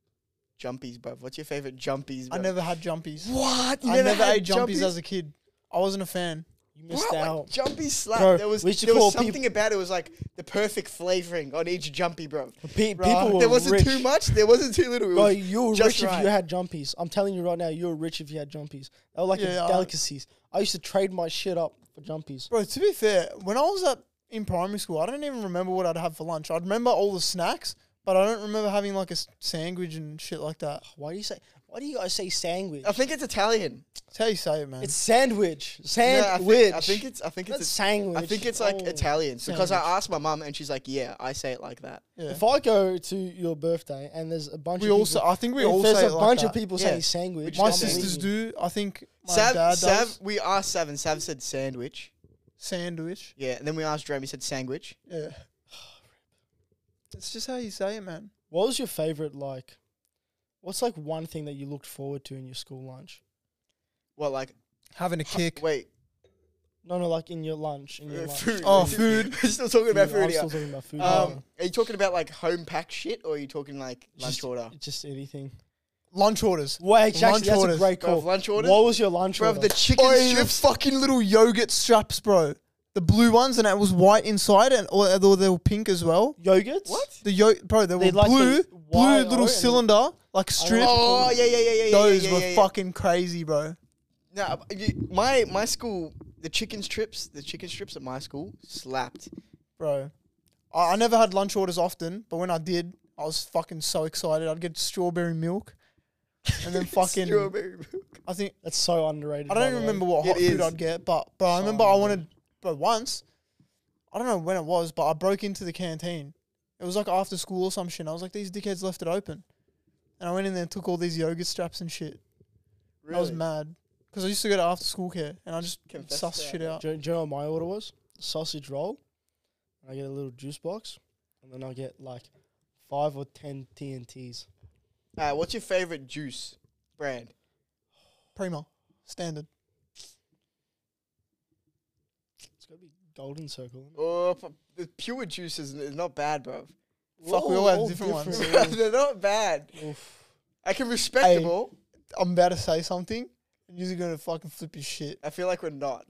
S3: jumpies, bro? What's your favorite jumpies, bro?
S1: I never had jumpies.
S3: What? You
S1: I never
S3: had
S1: ate jumpies, as a kid. I wasn't a fan.
S2: You
S3: Bro,
S2: missed
S3: like,
S2: out.
S3: jumpy slap.
S2: Bro,
S3: there was,
S2: we used to
S3: there was
S2: call peop-
S3: something about it was like the perfect flavoring on each jumpy, bro.
S2: Pe-
S1: Bro,
S2: people were
S3: There wasn't
S2: rich.
S3: too much. There wasn't too little. It
S2: Bro,
S3: was-
S2: you were
S3: just
S2: rich if
S3: right.
S2: you had jumpies. I'm telling you right now, you were rich if you had jumpies. They were like
S1: Yeah, I-
S2: a delicacies. I, used to trade my shit up for jumpies.
S1: Bro, to be fair, when I was up in primary school, I don't even remember what I'd have for lunch. I'd remember all the snacks, but I don't remember having like a s- sandwich and shit like that.
S2: Why do you say? Why do you guys say sandwich?
S3: I think it's Italian.
S1: That's how you say it, man.
S2: It's sandwich.
S3: No, I, think,
S2: Sandwich.
S3: I think it's. I think
S2: That's
S3: it's.
S2: sandwich.
S3: I think it's like
S2: Oh.
S3: Italian because I
S1: Sandwich.
S3: asked my mum and she's like, "Yeah, I say it like that."
S1: yeah.
S2: If I go to your birthday and there's a bunch
S1: We
S2: of
S1: also,
S2: people,
S1: I think we
S2: if
S1: all
S2: there's
S1: say
S2: a
S1: it like
S2: bunch
S1: that.
S2: of people
S3: Yeah.
S2: saying sandwich.
S1: My
S2: don't believe
S1: sisters
S2: me.
S1: do. I think my
S3: Sav,
S1: dad
S3: Sav,
S1: does.
S3: we asked Sav and Sav said sandwich.
S1: Sandwich.
S3: Yeah, and then we asked Jerome. He said sandwich.
S1: Yeah. It's just how you say it, man.
S2: What was your favorite like? What's like one thing that you looked forward to in your school lunch?
S3: Well, like uh,
S1: Having a kick.
S3: wait,
S2: No, no, like in your lunch. In your
S3: uh,
S2: lunch.
S3: food.
S1: Oh,
S3: food. We're still talking about
S2: Food,
S3: food.
S2: I'm
S3: here.
S2: still talking about food.
S3: Um, are you talking about like home pack shit, or are you talking like lunch
S2: Just-
S3: order?
S2: just anything.
S1: Lunch orders.
S2: Wait, actually,
S1: Lunch
S2: that's
S1: orders.
S2: a great
S3: Bro,
S2: call.
S3: lunch order.
S2: What was your lunch
S3: Bro,
S2: order?
S3: the chicken
S1: Oi, the
S3: strips.
S1: fucking little yogurt straps, bro. The blue ones, and it was white inside, and or, or they were pink as well.
S2: yogurts.
S3: What?
S1: The yo, bro, they were
S2: They like the
S1: blue, blue
S2: wire
S1: little
S2: and-
S1: cylinder, like strip.
S3: Oh yeah, yeah, yeah, yeah. yeah,
S1: Those
S3: yeah,
S1: were
S3: yeah, yeah.
S1: fucking crazy, bro.
S3: No, but you- my my school, the chicken strips, the chicken strips at my school slapped.
S1: Bro, I, I never had lunch orders often, but when I did, I was fucking so excited. I'd get strawberry milk, and then fucking,
S3: Strawberry milk.
S1: I think
S2: That's so underrated.
S1: I
S2: by
S1: don't
S2: the way.
S1: remember what
S3: It
S1: hot food
S3: is. Oh,
S1: I'd get, but bro, I remember I wanted, but once, I don't know when it was, but I broke into the canteen. It was like after school or some shit. And I was like, these dickheads left it open, and I went in there and took all these yogurt straps and shit.
S3: Really?
S1: I was mad because I used to go to after school care, and I just
S3: Confess
S1: suss
S3: to that,
S1: shit
S3: man.
S1: out.
S2: Do you, do you know what my order was? Sausage roll. I get a little juice box, and then I get like five or ten TNTs.
S3: Uh, what's your favorite juice brand?
S1: Prima, standard.
S2: It's gonna be Golden Circle. isn't it?
S3: Oh, f- the pure juice is, is not bad, bro.
S1: Fuck, we all
S2: Whoa,
S1: have different ones.
S3: They're not bad.
S2: Oof.
S3: I can respect
S1: Hey.
S3: them all.
S1: I'm about to say something, and you're gonna fucking flip your shit.
S3: I feel like we're not.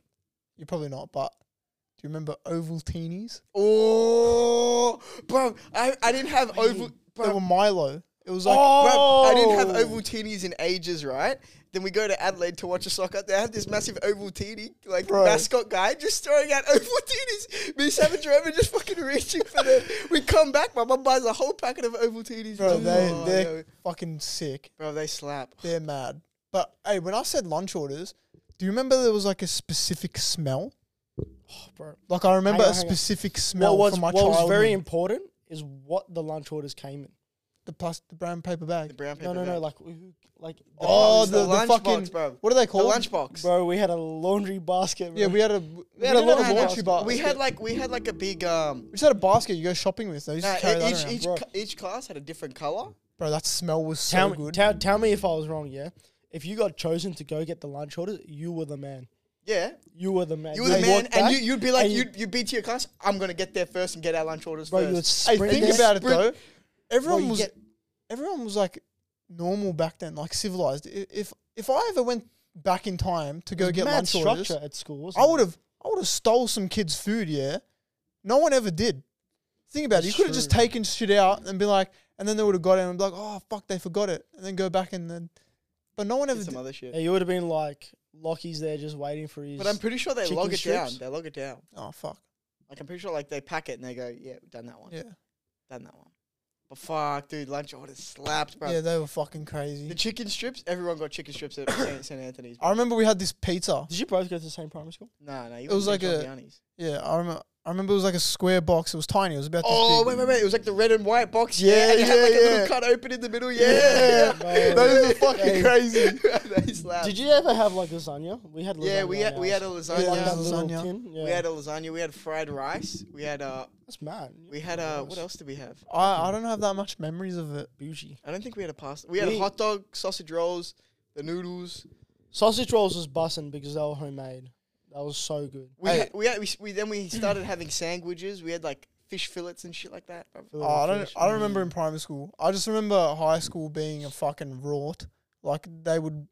S1: You're probably not, but do you remember Ovaltinis?
S3: Oh, bro, I, I didn't have oval.
S1: They
S3: Bro,
S1: were Milo. It was like
S3: Bro, I didn't have
S2: Oh.
S3: Ovaltinis in ages, right? Then we go to Adelaide to watch a soccer. They have this massive Ovaltini, like
S1: Bro.
S3: mascot guy, just throwing out Ovaltinis. Me, Sam, and Jerome are just fucking reaching for them. We come back, my mum buys a whole packet of Ovaltinis.
S1: Bro, they,
S3: Oh,
S1: they're
S3: no.
S1: fucking sick.
S3: bro, they slap.
S1: They're mad. But hey, when I said lunch orders, do you remember there was like a specific smell?
S2: Oh, bro.
S1: Like I remember a
S2: Hang on, hang on.
S1: specific smell
S2: What was
S1: from my
S2: what was
S1: childhood.
S2: very important is what the lunch orders came in.
S1: the plastic, the brown paper
S3: The
S1: bag.
S3: brown paper.
S2: No, no,
S3: bag.
S2: no. Like, who, like, the
S1: Oh,
S3: box,
S1: the,
S3: the
S1: the,
S3: lunch
S1: fucking
S3: box, bro.
S1: what are they
S3: the
S1: called?
S3: lunchbox.
S2: bro, we had a laundry basket. Bro.
S1: Yeah, we had a we had a
S2: didn't
S1: lot of
S2: have
S1: laundry
S2: baskets.
S1: box.
S3: We had like we had like a big um.
S1: we just had a basket you go shopping with. They used
S3: nah, e-
S1: to carry that
S3: each
S1: around.
S3: each
S2: bro.
S3: ca- each class had a different color.
S1: bro, that smell was so
S2: tell, me,
S1: good.
S2: tell, tell me if I was wrong. Yeah, if you got chosen to go get the lunch order, you were the man.
S3: Yeah,
S2: You were the man.
S3: You were the
S2: You'd
S3: man,
S2: walk
S3: and
S2: back
S3: you, you'd be like,
S2: and you-
S3: you'd, you'd be to your class, I'm going to get there first and get our lunch orders
S2: Bro, you would
S3: first.
S1: hey,
S2: sprint.
S1: think
S2: there.
S1: about it
S3: Sprint.
S1: though. Everyone
S2: you
S1: was
S2: get-
S1: everyone was like normal back then, like civilized. I- If if I ever went back in time to go
S2: There's
S1: get
S2: mad
S1: lunch orders,
S2: structure at school. wasn't
S1: I
S2: there?
S1: would have I would have stole some kids' food, yeah. No one ever did. Think about it. You
S2: That's
S1: could have just
S2: true.
S1: taken shit out and be like and then they would have got it and be like, Oh fuck, they forgot it and then go back and then but no one ever
S3: Did some
S1: did.
S3: other shit.
S2: Yeah, you would have been like Lockie's there just waiting for his.
S3: But I'm pretty sure they log
S2: chicken
S3: it
S2: strips?
S3: down. They log it down.
S1: Oh fuck.
S3: Like I'm pretty sure like they pack it and they go, yeah, we've done that one,
S1: Yeah.
S3: done that one. But fuck, dude, lunch orders slapped, bro.
S1: Yeah, they were fucking
S3: The
S1: crazy.
S3: chicken strips, everyone got chicken strips at St. St. Anthony's.
S1: I remember we had this pizza.
S2: Did you both go to the same primary school?
S3: No, no, you
S1: was
S3: went to
S1: like a-
S3: Giuliani's.
S1: Yeah, I remember I remember it was like a square box. It was tiny. It was about this
S3: Oh,
S1: big.
S3: wait, wait, wait! It was like the red and white box.
S1: Yeah,
S3: and it had like
S1: yeah,
S3: a
S1: yeah.
S3: little cut open in the middle. Yeah,
S2: No.
S3: those were fucking
S1: Hey.
S3: crazy. they slapped.
S2: Did you ever have like lasagna? We had lasagna.
S3: Uh, Yeah, we had we had a lasagna.
S1: Yeah,
S2: like that little
S1: lasagna.
S2: tin. Yeah.
S3: We had a lasagna. We had fried rice. We had uh,
S2: That's mad.
S3: we had uh, what else did we have?
S1: I, I don't have that much memories of it.
S2: Bougie.
S3: I don't think we had a pasta. We had
S2: We-
S3: a hot dog, sausage rolls, the noodles.
S2: Sausage rolls was bussin' because they were homemade. That was so good.
S3: We
S1: Hey.
S3: had, we, had, we, s- we then we started having sandwiches. We had like fish fillets and shit like that. bro.
S2: Fillet
S1: Oh, I don't.
S2: fish,
S1: I don't
S2: mm.
S1: remember in primary school. I just remember high school being a fucking rort. Like they would.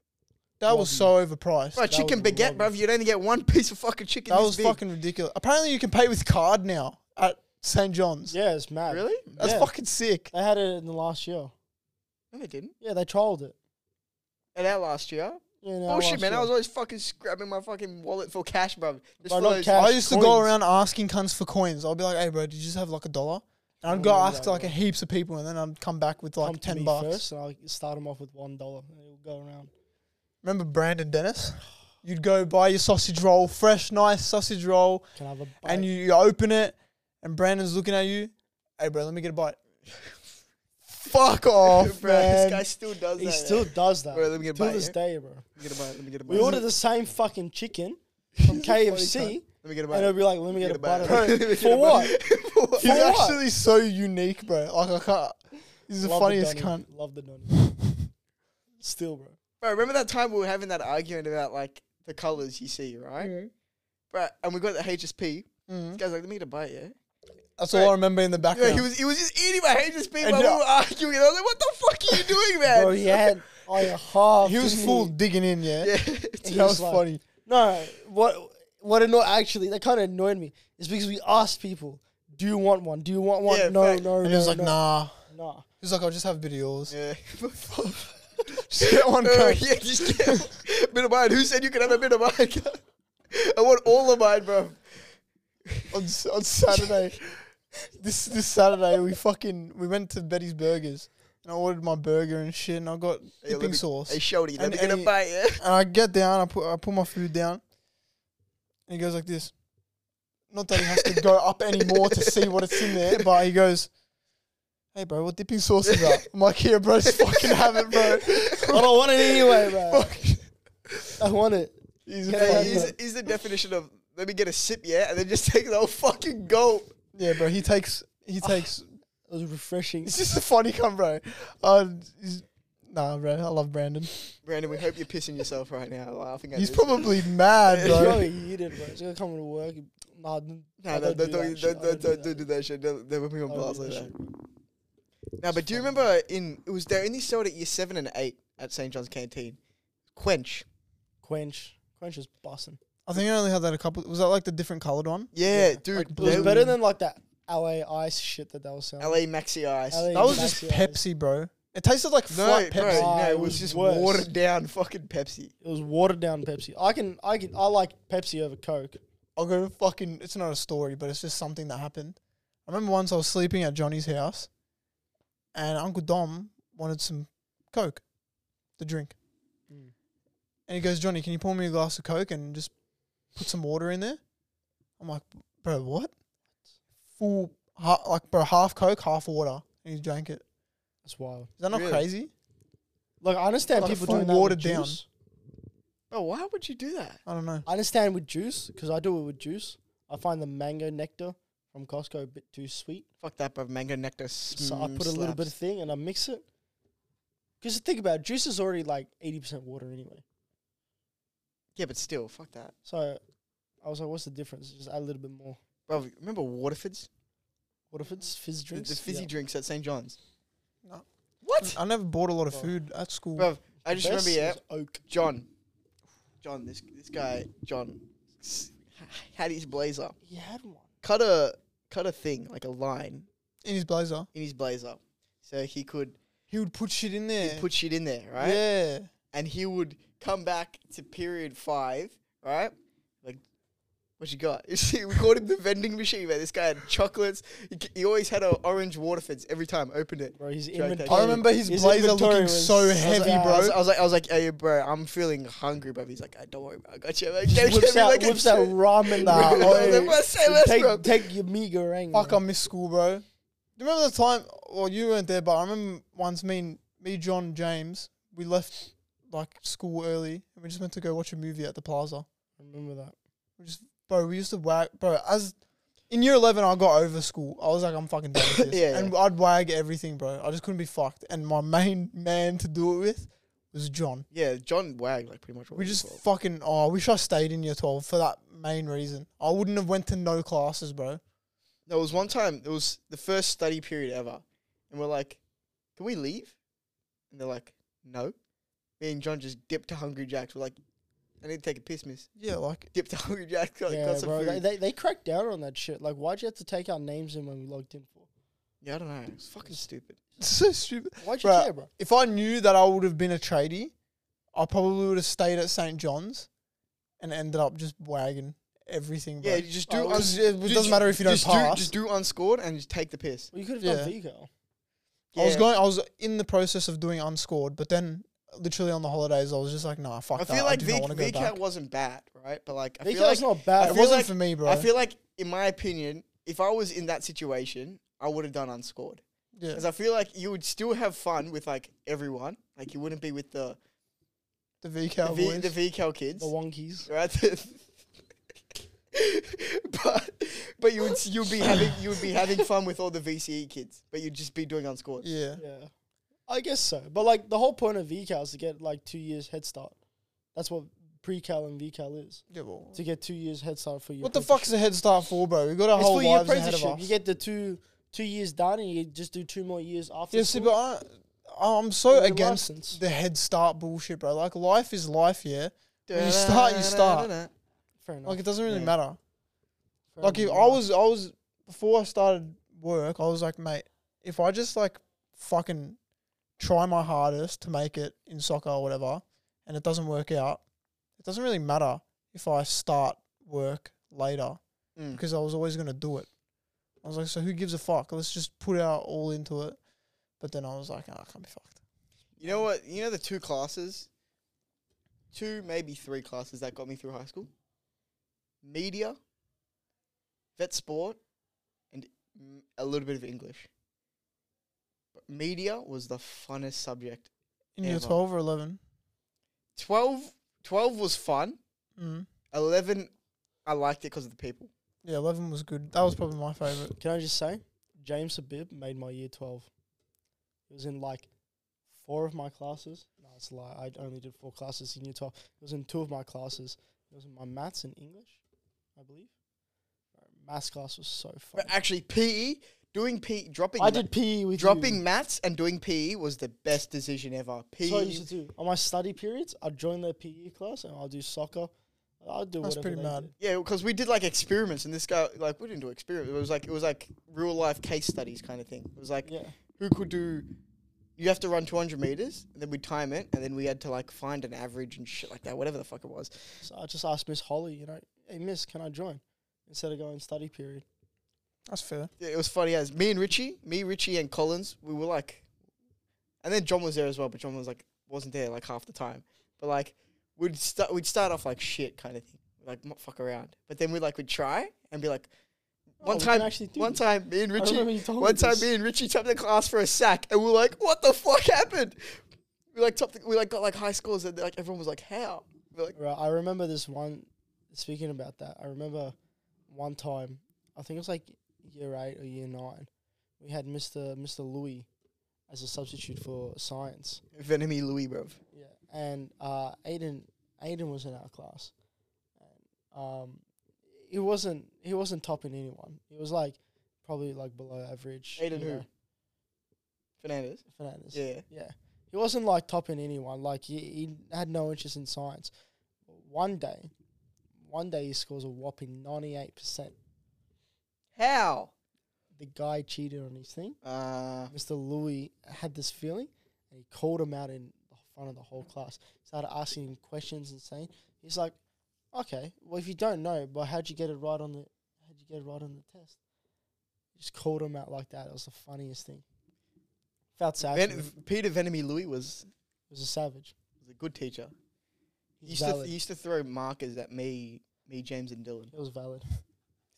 S1: That was so overpriced.
S3: Bro,
S1: That
S3: chicken
S2: was
S3: baguette, bro.
S2: lovely.
S3: You'd only get one piece of fucking chicken. this
S1: was
S3: big.
S1: fucking ridiculous. Apparently, you can pay with card now at St John's.
S2: Yeah, it's mad.
S3: really.
S1: That's
S2: yeah.
S1: fucking sick.
S2: They had it in the last year.
S3: No, I didn't.
S2: Yeah, they trialed it.
S3: At our last year.
S2: Yeah, no,
S3: Bullshit,
S2: last
S3: Oh, man. I
S2: year.
S3: was always fucking grabbing my fucking wallet for cash, bro. Just
S2: Bro,
S3: for
S2: not
S3: those-
S2: cash.
S1: I used to go
S2: coins.
S1: around asking cunts for coins. I'll be like, "Hey, bro, did you just have like a dollar?" And I'd go
S2: Oh,
S1: ask
S2: yeah,
S1: like
S2: yeah.
S1: heaps of people, and then I'd come back with like
S2: Come to
S1: ten
S2: me
S1: bucks.
S2: first, and I'll start them off with one dollar, and it'll go around.
S1: Remember Brandon Dennis? You'd go buy your sausage roll, fresh, nice sausage roll,
S2: Can I have a bite?
S1: and you, you open it, and Brandon's looking at you. Hey, bro, let me get a bite. Fuck off,
S3: bro,
S1: man.
S3: this guy still does
S2: he
S3: that.
S2: still
S3: yeah.
S2: does that.
S3: Bro, let me get a
S2: Till
S3: bite,
S2: this
S3: yeah?
S2: day, bro.
S3: Let me get a bite. Let me get a bite.
S2: We order the same fucking chicken from KFC,
S3: Let me get a
S2: and it'll
S3: bite.
S2: be like, "Let me
S3: Get
S2: get a
S3: a bite.
S2: butter."
S3: Let me get
S2: For
S3: a
S2: what?
S1: He's
S2: For what?
S1: actually so unique, bro. Like I can't. He's the
S2: Love
S1: funniest
S2: donny.
S1: cunt.
S2: Love the donny. Still, bro.
S3: Bro, remember that time we were having that argument about like the colors you see, right? Bro, and we got the HSP. This
S2: Mm-hmm.
S1: Mhm.
S3: guy's like, let me get a bite, yeah.
S1: That's all I remember in the
S3: Yeah,
S1: background.
S3: he was he was just eating my HSP
S1: And
S3: while we
S1: yeah.
S3: were arguing. I was like, what the fuck are you doing, man?
S2: Bro, he had like a half.
S1: He was
S2: didn't
S1: full digging in, yeah.
S3: Yeah.
S2: He
S1: That was
S2: like-
S1: funny.
S2: No, what what annoyed actually that kind of annoyed me is because we asked people, "Do you want one? Do you want one?
S3: Yeah,
S2: no,
S3: fact.
S2: no,
S1: And
S2: no."
S1: he was like,
S2: no.
S1: "Nah."
S2: nah.
S1: He was like, "I'll just have a bit of yours."
S3: yeah.
S1: Just get one
S3: Uh,
S1: cunt.
S3: yeah, just get a bit of mine. Who said you could have a bit of mine? I want all of mine, bro.
S1: on s- on Saturday. this this Saturday we fucking we went to Betty's Burgers and I ordered my burger and shit and I got
S3: Hey, let
S1: dipping
S3: me-
S1: sauce
S3: Hey, Shody, let
S1: And-
S3: me get
S1: and
S3: a
S1: he-
S3: bite, yeah.
S1: and I get down I put I put my food down and he goes like this. Not that he has to go up anymore to see what it's in there, but he goes. Hey bro, what dipping sauce is that? I'm like, here, bro, just fucking have it, bro.
S2: I don't want it anyway, bro. I want it.
S1: He's a
S2: Hey,
S3: Hey,
S1: fucking-
S3: he's, he's the definition of let me get a sip, yeah, and then just take the whole fucking gulp.
S1: yeah, bro. He takes, he takes.
S2: It was refreshing.
S1: He's just a funny cunt, bro. Uh, he's, nah, bro. I love Brandon.
S3: Brandon, we hope you're pissing yourself right now, laughing at
S1: He's
S3: this.
S1: probably mad,
S2: Bro,
S1: bro.
S2: you did, bro. It's gonna come to work. Nah, no,
S3: No, no, don't, don't, don't, don't, don't do that shit. Don't, don't put me on
S2: I don't
S3: blast
S2: do
S3: like
S2: that
S3: that. No, but do you remember in it was they only sold at year seven and eight at St John's Canteen, Quench.
S2: Quench, Quench is bussin'.
S1: I think I only had that a couple. Was that like the different colored one?
S3: Yeah,
S2: Yeah,
S3: dude,
S1: like
S2: It was
S1: Blue.
S2: better than like that LA ice shit that they were selling.
S3: LA Maxi Ice.
S2: LA
S1: That was
S2: Maxi
S1: just
S2: Ice.
S1: Pepsi, bro. It tasted like
S3: no,
S1: flat
S3: bro,
S1: Pepsi.
S2: Ah,
S3: no,
S2: it
S3: it
S2: was
S3: was just
S2: worse.
S3: watered down fucking Pepsi.
S2: It was watered down Pepsi. I can, I can, I like Pepsi over Coke.
S1: I'll go fucking. It's not a story, but it's just something that happened. I remember once I was sleeping at Johnny's house, and Uncle Dom wanted some Coke, the drink,
S2: Mm.
S1: and he goes, "Johnny, can you pour me a glass of Coke and just put some water in there?" I'm like, "Bro, what? Full ha- like, bro, half Coke, half water." And he drank it.
S2: That's wild.
S1: Is that not
S3: Really?
S1: crazy?
S2: Like I understand
S1: Like a
S2: people
S1: full
S2: doing that with
S1: watered down.
S2: juice.
S3: Bro, why would you do that?
S1: I don't know.
S2: I understand with juice because I do it with juice. I find the mango nectar from Costco a bit too sweet,
S3: Fuck that, bro. Mango nectar.
S2: so I
S3: mm,
S2: put a little bit of
S3: slaps.
S2: thing and I mix it. Because think about it, juice is already like eighty percent water anyway.
S3: Yeah, but still, fuck that.
S2: So I was like, "What's the difference? Just add a little bit more."
S3: Bro, remember Waterford's?
S2: What if it's fizz
S3: The,
S2: drinks?
S3: the fizzy
S2: Yeah.
S3: drinks at St John's.
S1: No.
S3: What?
S1: I never bought a lot of
S2: Oh.
S1: food at school.
S3: Bro, I just
S2: Best
S3: remember, yeah,
S2: was Oak.
S3: John. John, this this guy, John, s- had his blazer.
S2: He had one.
S3: Cut a cut a thing like a line
S1: in his blazer,
S3: in his blazer, so he could
S1: he would put shit in there.
S3: put shit in there, right?
S1: Yeah.
S3: and he would come back to period five, right? Like, what you got? You see, we called him the vending machine, man. This guy had chocolates. He, c- he always had an orange water fizz every time. Opened it.
S2: Bro, his
S3: Should I take
S2: inventory.
S3: it?
S1: I remember his, blazer
S2: inventory
S1: looking
S2: was-
S1: so
S2: I was
S1: heavy,
S2: like-
S1: bro.
S3: I was, I was like, I was like, hey, bro, I'm feeling hungry, bro. He's like, "Ah, don't worry, bro. I got you. Man.
S2: He whips out, whips out ramen.
S1: Nah,
S2: Nah,
S1: oh, yeah.
S2: oi.
S3: say less, bro.
S2: take, take your meat goreng.
S1: Fuck, I
S2: man.
S1: miss school, bro. Do you remember the time? Well, you weren't there, but I remember once me, and, me, John, and James, we left like school early and we just went to go watch a movie at the plaza.
S2: I remember that.
S1: We just, bro, we used to wag, bro. As in year eleven, I got over school. I was like, I'm fucking done with this,
S3: Yeah,
S1: and I'd wag everything, bro. I just couldn't be fucked. And my main man to do it with was John.
S3: Yeah, John Wag, like, pretty much. what
S1: We
S3: it was
S1: just
S3: called.
S1: fucking. Oh, I wish I stayed in year twelve for that main reason. I wouldn't have went to no classes, bro.
S3: There was one time, it was the first study period ever. And we're like, can we leave? And they're like, no. Me and John just dipped to Hungry Jack's. We're like, I need to take a piss, miss.
S1: Yeah, like
S3: Dipped to Hungry Jack's. Like,
S2: yeah,
S3: got some
S2: bro.
S3: food.
S2: They, they, they cracked down on that shit. Like, why'd you have to take our names in when we logged in for?
S3: yeah, I don't know. It's fucking stupid.
S1: so stupid.
S2: Why'd you
S1: Bruh.
S2: care, bro?
S1: if I knew that I would have been a tradie, I probably would have stayed at St. John's and ended up just wagging everything.
S3: Yeah,
S1: Yeah,
S3: you just
S2: I
S3: do.
S2: was-
S3: uns-
S1: it doesn't
S3: just-
S1: matter if you don't
S3: just
S1: pass.
S3: Do, just do unscored and just take the piss.
S2: Well, you could have
S1: Yeah.
S2: done Vigo.
S1: I was
S3: Yeah.
S1: going. I was in the process of doing unscored, but then literally on the holidays, I was just like, nah, fuck
S3: I
S1: that.
S3: feel like
S1: do
S3: V-
S1: not want to go back.
S3: VCAT wasn't bad, right? But like, I feel
S2: Vigo's
S3: like,
S2: not
S3: I
S1: it
S2: bad.
S3: feel
S1: wasn't
S3: like-
S1: for me, bro.
S3: I feel like, in my opinion, if I was in that situation, I would have done unscored.
S1: yeah.
S3: Because I feel like you would still have fun with like everyone. Like you wouldn't be with the
S1: the V
S3: the, v,
S1: Cowboys.
S3: the VCal kids,
S2: The Wonkies.
S3: right? but but you would s- you'd be having you would be having fun with all the VCE kids, but you'd just be doing unscored.
S1: yeah.
S2: Yeah. I guess so. But, like, the whole point of VCAL is to get, like, two years head start. That's what pre-cal and VCAL is.
S1: Yeah, well,
S2: To get two years head start for your
S1: what the fuck's a head start for, bro? We got our
S2: It's
S1: whole
S2: for your
S1: lives ahead of
S2: apprenticeship.
S1: us.
S2: You get the two two years done, and you just do two more years after.
S1: yeah, see,
S2: school.
S1: but I, I'm
S2: You
S1: so
S2: get a
S1: against
S2: license.
S1: the head start bullshit, bro. Like life is life, yeah. When you start, you start.
S2: Fair enough.
S1: Like it doesn't really
S3: Yeah.
S1: matter.
S2: Fair
S1: Like if
S2: enough.
S1: I was I was before I started work, I was like, mate, if I just like fucking try my hardest to make it in soccer or whatever, and it doesn't work out, it doesn't really matter if I start work later
S3: Mm.
S1: because I was always gonna do it. I was like, so who gives a fuck? Let's just put our all into it. But then I was like, ah, I can't be fucked.
S3: You know what? You know the two classes, two maybe three classes that got me through high school. Media, vet sport, and mm, a little bit of English. But media was the funnest subject.
S1: In year
S3: Ever.
S1: twelve or eleven.
S3: 12, 12 was fun.
S1: Mm.
S3: Eleven, I liked it because of the people.
S1: Yeah, eleven was good. That was probably my favorite.
S2: Can I just say, James Habib made my year twelve. It was in like four of my classes. No, it's a lie. I only did four classes in year twelve. It was in two of my classes. It was in my maths and English, I believe. Bro, Maths class was so fun.
S3: But actually, PE doing PE dropping
S2: I
S3: ma-
S2: did PE with
S3: dropping
S2: You.
S3: maths and doing PE was the best decision ever. E PE
S2: That's what I used to do. On my study periods, I'd join their PE class and I'll do soccer. I'll do
S1: That's
S2: whatever
S1: pretty
S2: they
S1: mad.
S2: did.
S3: Yeah, because we did like experiments, and this guy like we didn't do experiments. It was like it was like real life case studies kind of thing. It was like
S2: Yeah.
S3: who could do. You have to run 200 meters, and then we time it, and then we had to like find an average and shit like that, whatever the fuck it was.
S2: So I just asked Miss Holly, you know, hey Miss, can I join? Instead of going study period.
S1: That's fair.
S3: Yeah, It was funny as me and Richie, me Richie and Collins, we were like, and then John was there as well, but John was like wasn't there like half the time. But like we'd start we'd start off like shit kind of thing, like mo- fuck around, but then we like would try and be like,
S2: One
S3: one time,
S2: Oh, actually do
S3: one
S2: this.
S3: time, me and
S2: I
S3: Richie,
S2: remember you told me
S3: One time,
S2: this.
S3: me and Richie topped the class for a sack, and we are like, "What the fuck happened?" We like topped, the, we like got like high scores, and like everyone was like, "How?" We're like,
S2: Right, I remember this one. Speaking about that, I remember one time. I think it was like year eight or year nine. We had Mister Mister Louis as a substitute for science.
S3: "Venomy Louis, bruv.
S2: Yeah, and uh, Aiden Aiden was in our class. And, um, he wasn't he wasn't topping anyone. He was like probably like below average.
S3: Aiden
S2: you
S3: who?
S2: know.
S3: Fernandez.
S2: Fernandez.
S3: Yeah.
S2: Yeah. He wasn't like topping anyone. Like he, he had no interest in science. One day, one day he scores a whopping 98%.
S3: How?
S2: The guy cheated on his thing.
S3: Uh,
S2: Mr. Louis had this feeling and he called him out in front of the whole class. Started asking him questions and saying, he's like, okay, well, if you don't know, but how'd you get it right on the, how'd you get it right on the test? Just called him out like that. It was the funniest thing. Felt sad. for him.
S3: Ven- Peter Venemy Louis was,
S2: He was a savage.
S3: was a good teacher. He
S2: He's
S3: used, to
S2: valid.
S3: th- he used to throw markers at me, me, James, and Dylan.
S2: It was valid.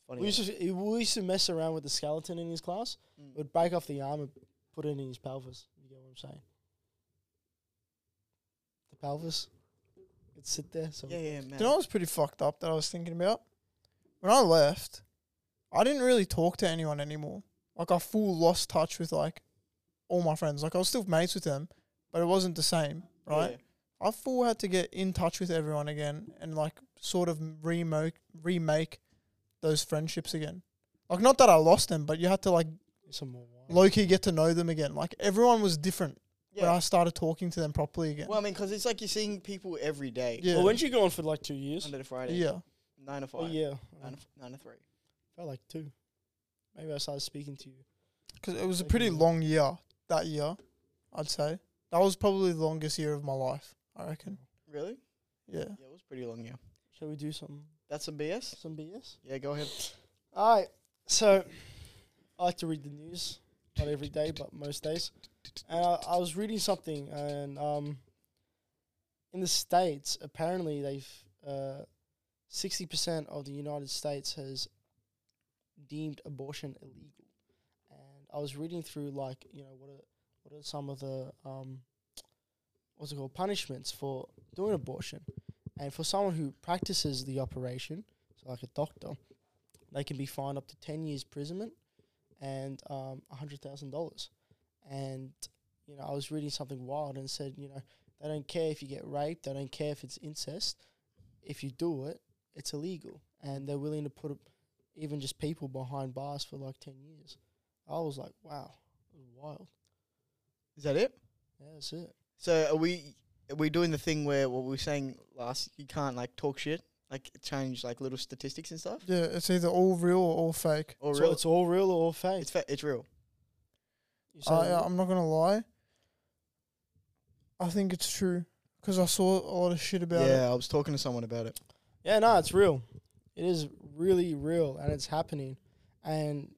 S3: Funny.
S2: We used, to, we used to mess around with the skeleton in his class.
S3: Mm.
S2: We'd break off the arm and put it in his pelvis. You get what I'm saying? The pelvis. It'd sit there. So
S3: yeah, yeah, man.
S1: You know, I was pretty fucked up that I was thinking about. When I left, I didn't really talk to anyone anymore. Like I full lost touch with like all my friends. Like I was still mates with them, but it wasn't the same, right? I full had to get in touch with everyone again and like sort of remake remake those friendships again. Like not that I lost them, but you had to like
S2: Some more wine.
S1: low key get to know them again. Like everyone was different
S3: Yeah.
S1: when I started talking to them properly again.
S3: Well, I mean, because it's like you're seeing people every day.
S1: yeah.
S2: Well, weren't you going for like two years?
S3: Monday to Friday.
S1: yeah.
S3: Nine to five.
S2: Oh, yeah.
S3: Nine, to, f- nine to three.
S2: Felt like two. Maybe I started speaking to you.
S1: Because it was a
S2: Like
S1: pretty
S2: you-
S1: long year that year, I'd say. That was probably the longest year of my life, I reckon.
S3: Really?
S1: Yeah.
S3: Yeah, it was pretty long. Yeah.
S2: Shall we do some
S3: That's some BS.
S2: some BS?
S3: Yeah, go ahead.
S2: All right. So I like to read the news, not every day, but most days. And I, I was reading something, and um, in the states, apparently they've uh, sixty percent of the United States has deemed abortion illegal. And I was reading through, like, you know, what are what are some of the um, what's it called punishments for doing abortion, and for someone who practices the operation, so like a doctor, they can be fined up to 10 years imprisonment and um, $100,000. And, you know, I was reading something wild and said, you know, they don't care if you get raped, they don't care if it's incest. If you do it, it's illegal. And they're willing to put even just people behind bars for like 10 years. I was like, wow, it was wild.
S3: Is that it?
S2: Yeah, that's it.
S3: So are we are we doing the thing where what we were saying last? You can't like talk shit, like change like little statistics and stuff.
S1: Yeah, it's either all real or all fake.
S3: Or
S2: so
S3: real?
S2: it's all real or all fake.
S3: It's fa- it's real.
S2: You
S1: I,
S2: say-
S1: I'm not going to lie. I think it's true because I saw a lot of shit about it.
S3: Yeah, I was talking to someone about it.
S2: Yeah, no, it's real. It is really real, and it's happening. And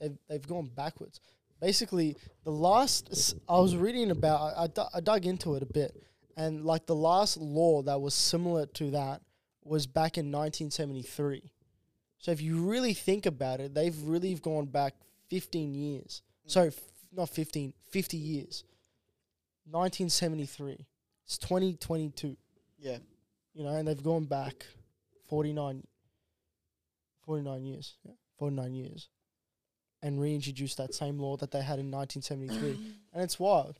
S2: they've they've gone backwards. Basically, the last s- I was reading about, I, I, du- I dug into it a bit, and like the last law that was similar to that was back in 1973. So if you really think about it, they've really gone back 15 years. So f- not 15, 50 years. 1973. It's 2022
S3: Yeah,
S2: you know, and they've gone back 49, 49 years, yeah, 49 years, and reintroduced that same law that they had in 1973. and it's wild.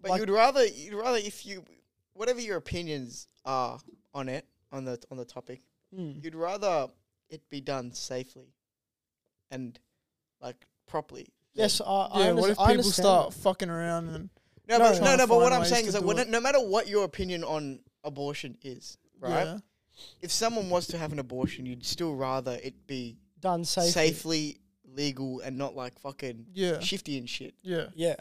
S3: but
S2: Like-
S3: you'd rather you'd rather if you whatever your opinions are on it on the on the topic,
S1: Mm-hmm.
S2: Mm.
S3: you'd rather it be done safely and like properly. than-
S2: Yes, I, I,
S1: Yeah,
S2: unders-
S1: what if
S2: I
S1: people
S2: understand
S1: start fucking around and No,
S3: No, but, no,
S1: trying to
S3: no. But what
S1: find
S3: I'm
S1: ways
S3: saying
S1: to
S3: is that
S1: do
S3: when,
S1: it.
S3: no matter what your opinion on abortion is, right?
S1: Yeah.
S3: If someone was to have an abortion, you'd still rather it be
S2: done safely.
S3: safely legal and not like fucking
S1: Yeah.
S3: shifty and shit.
S1: Yeah.
S2: Yeah.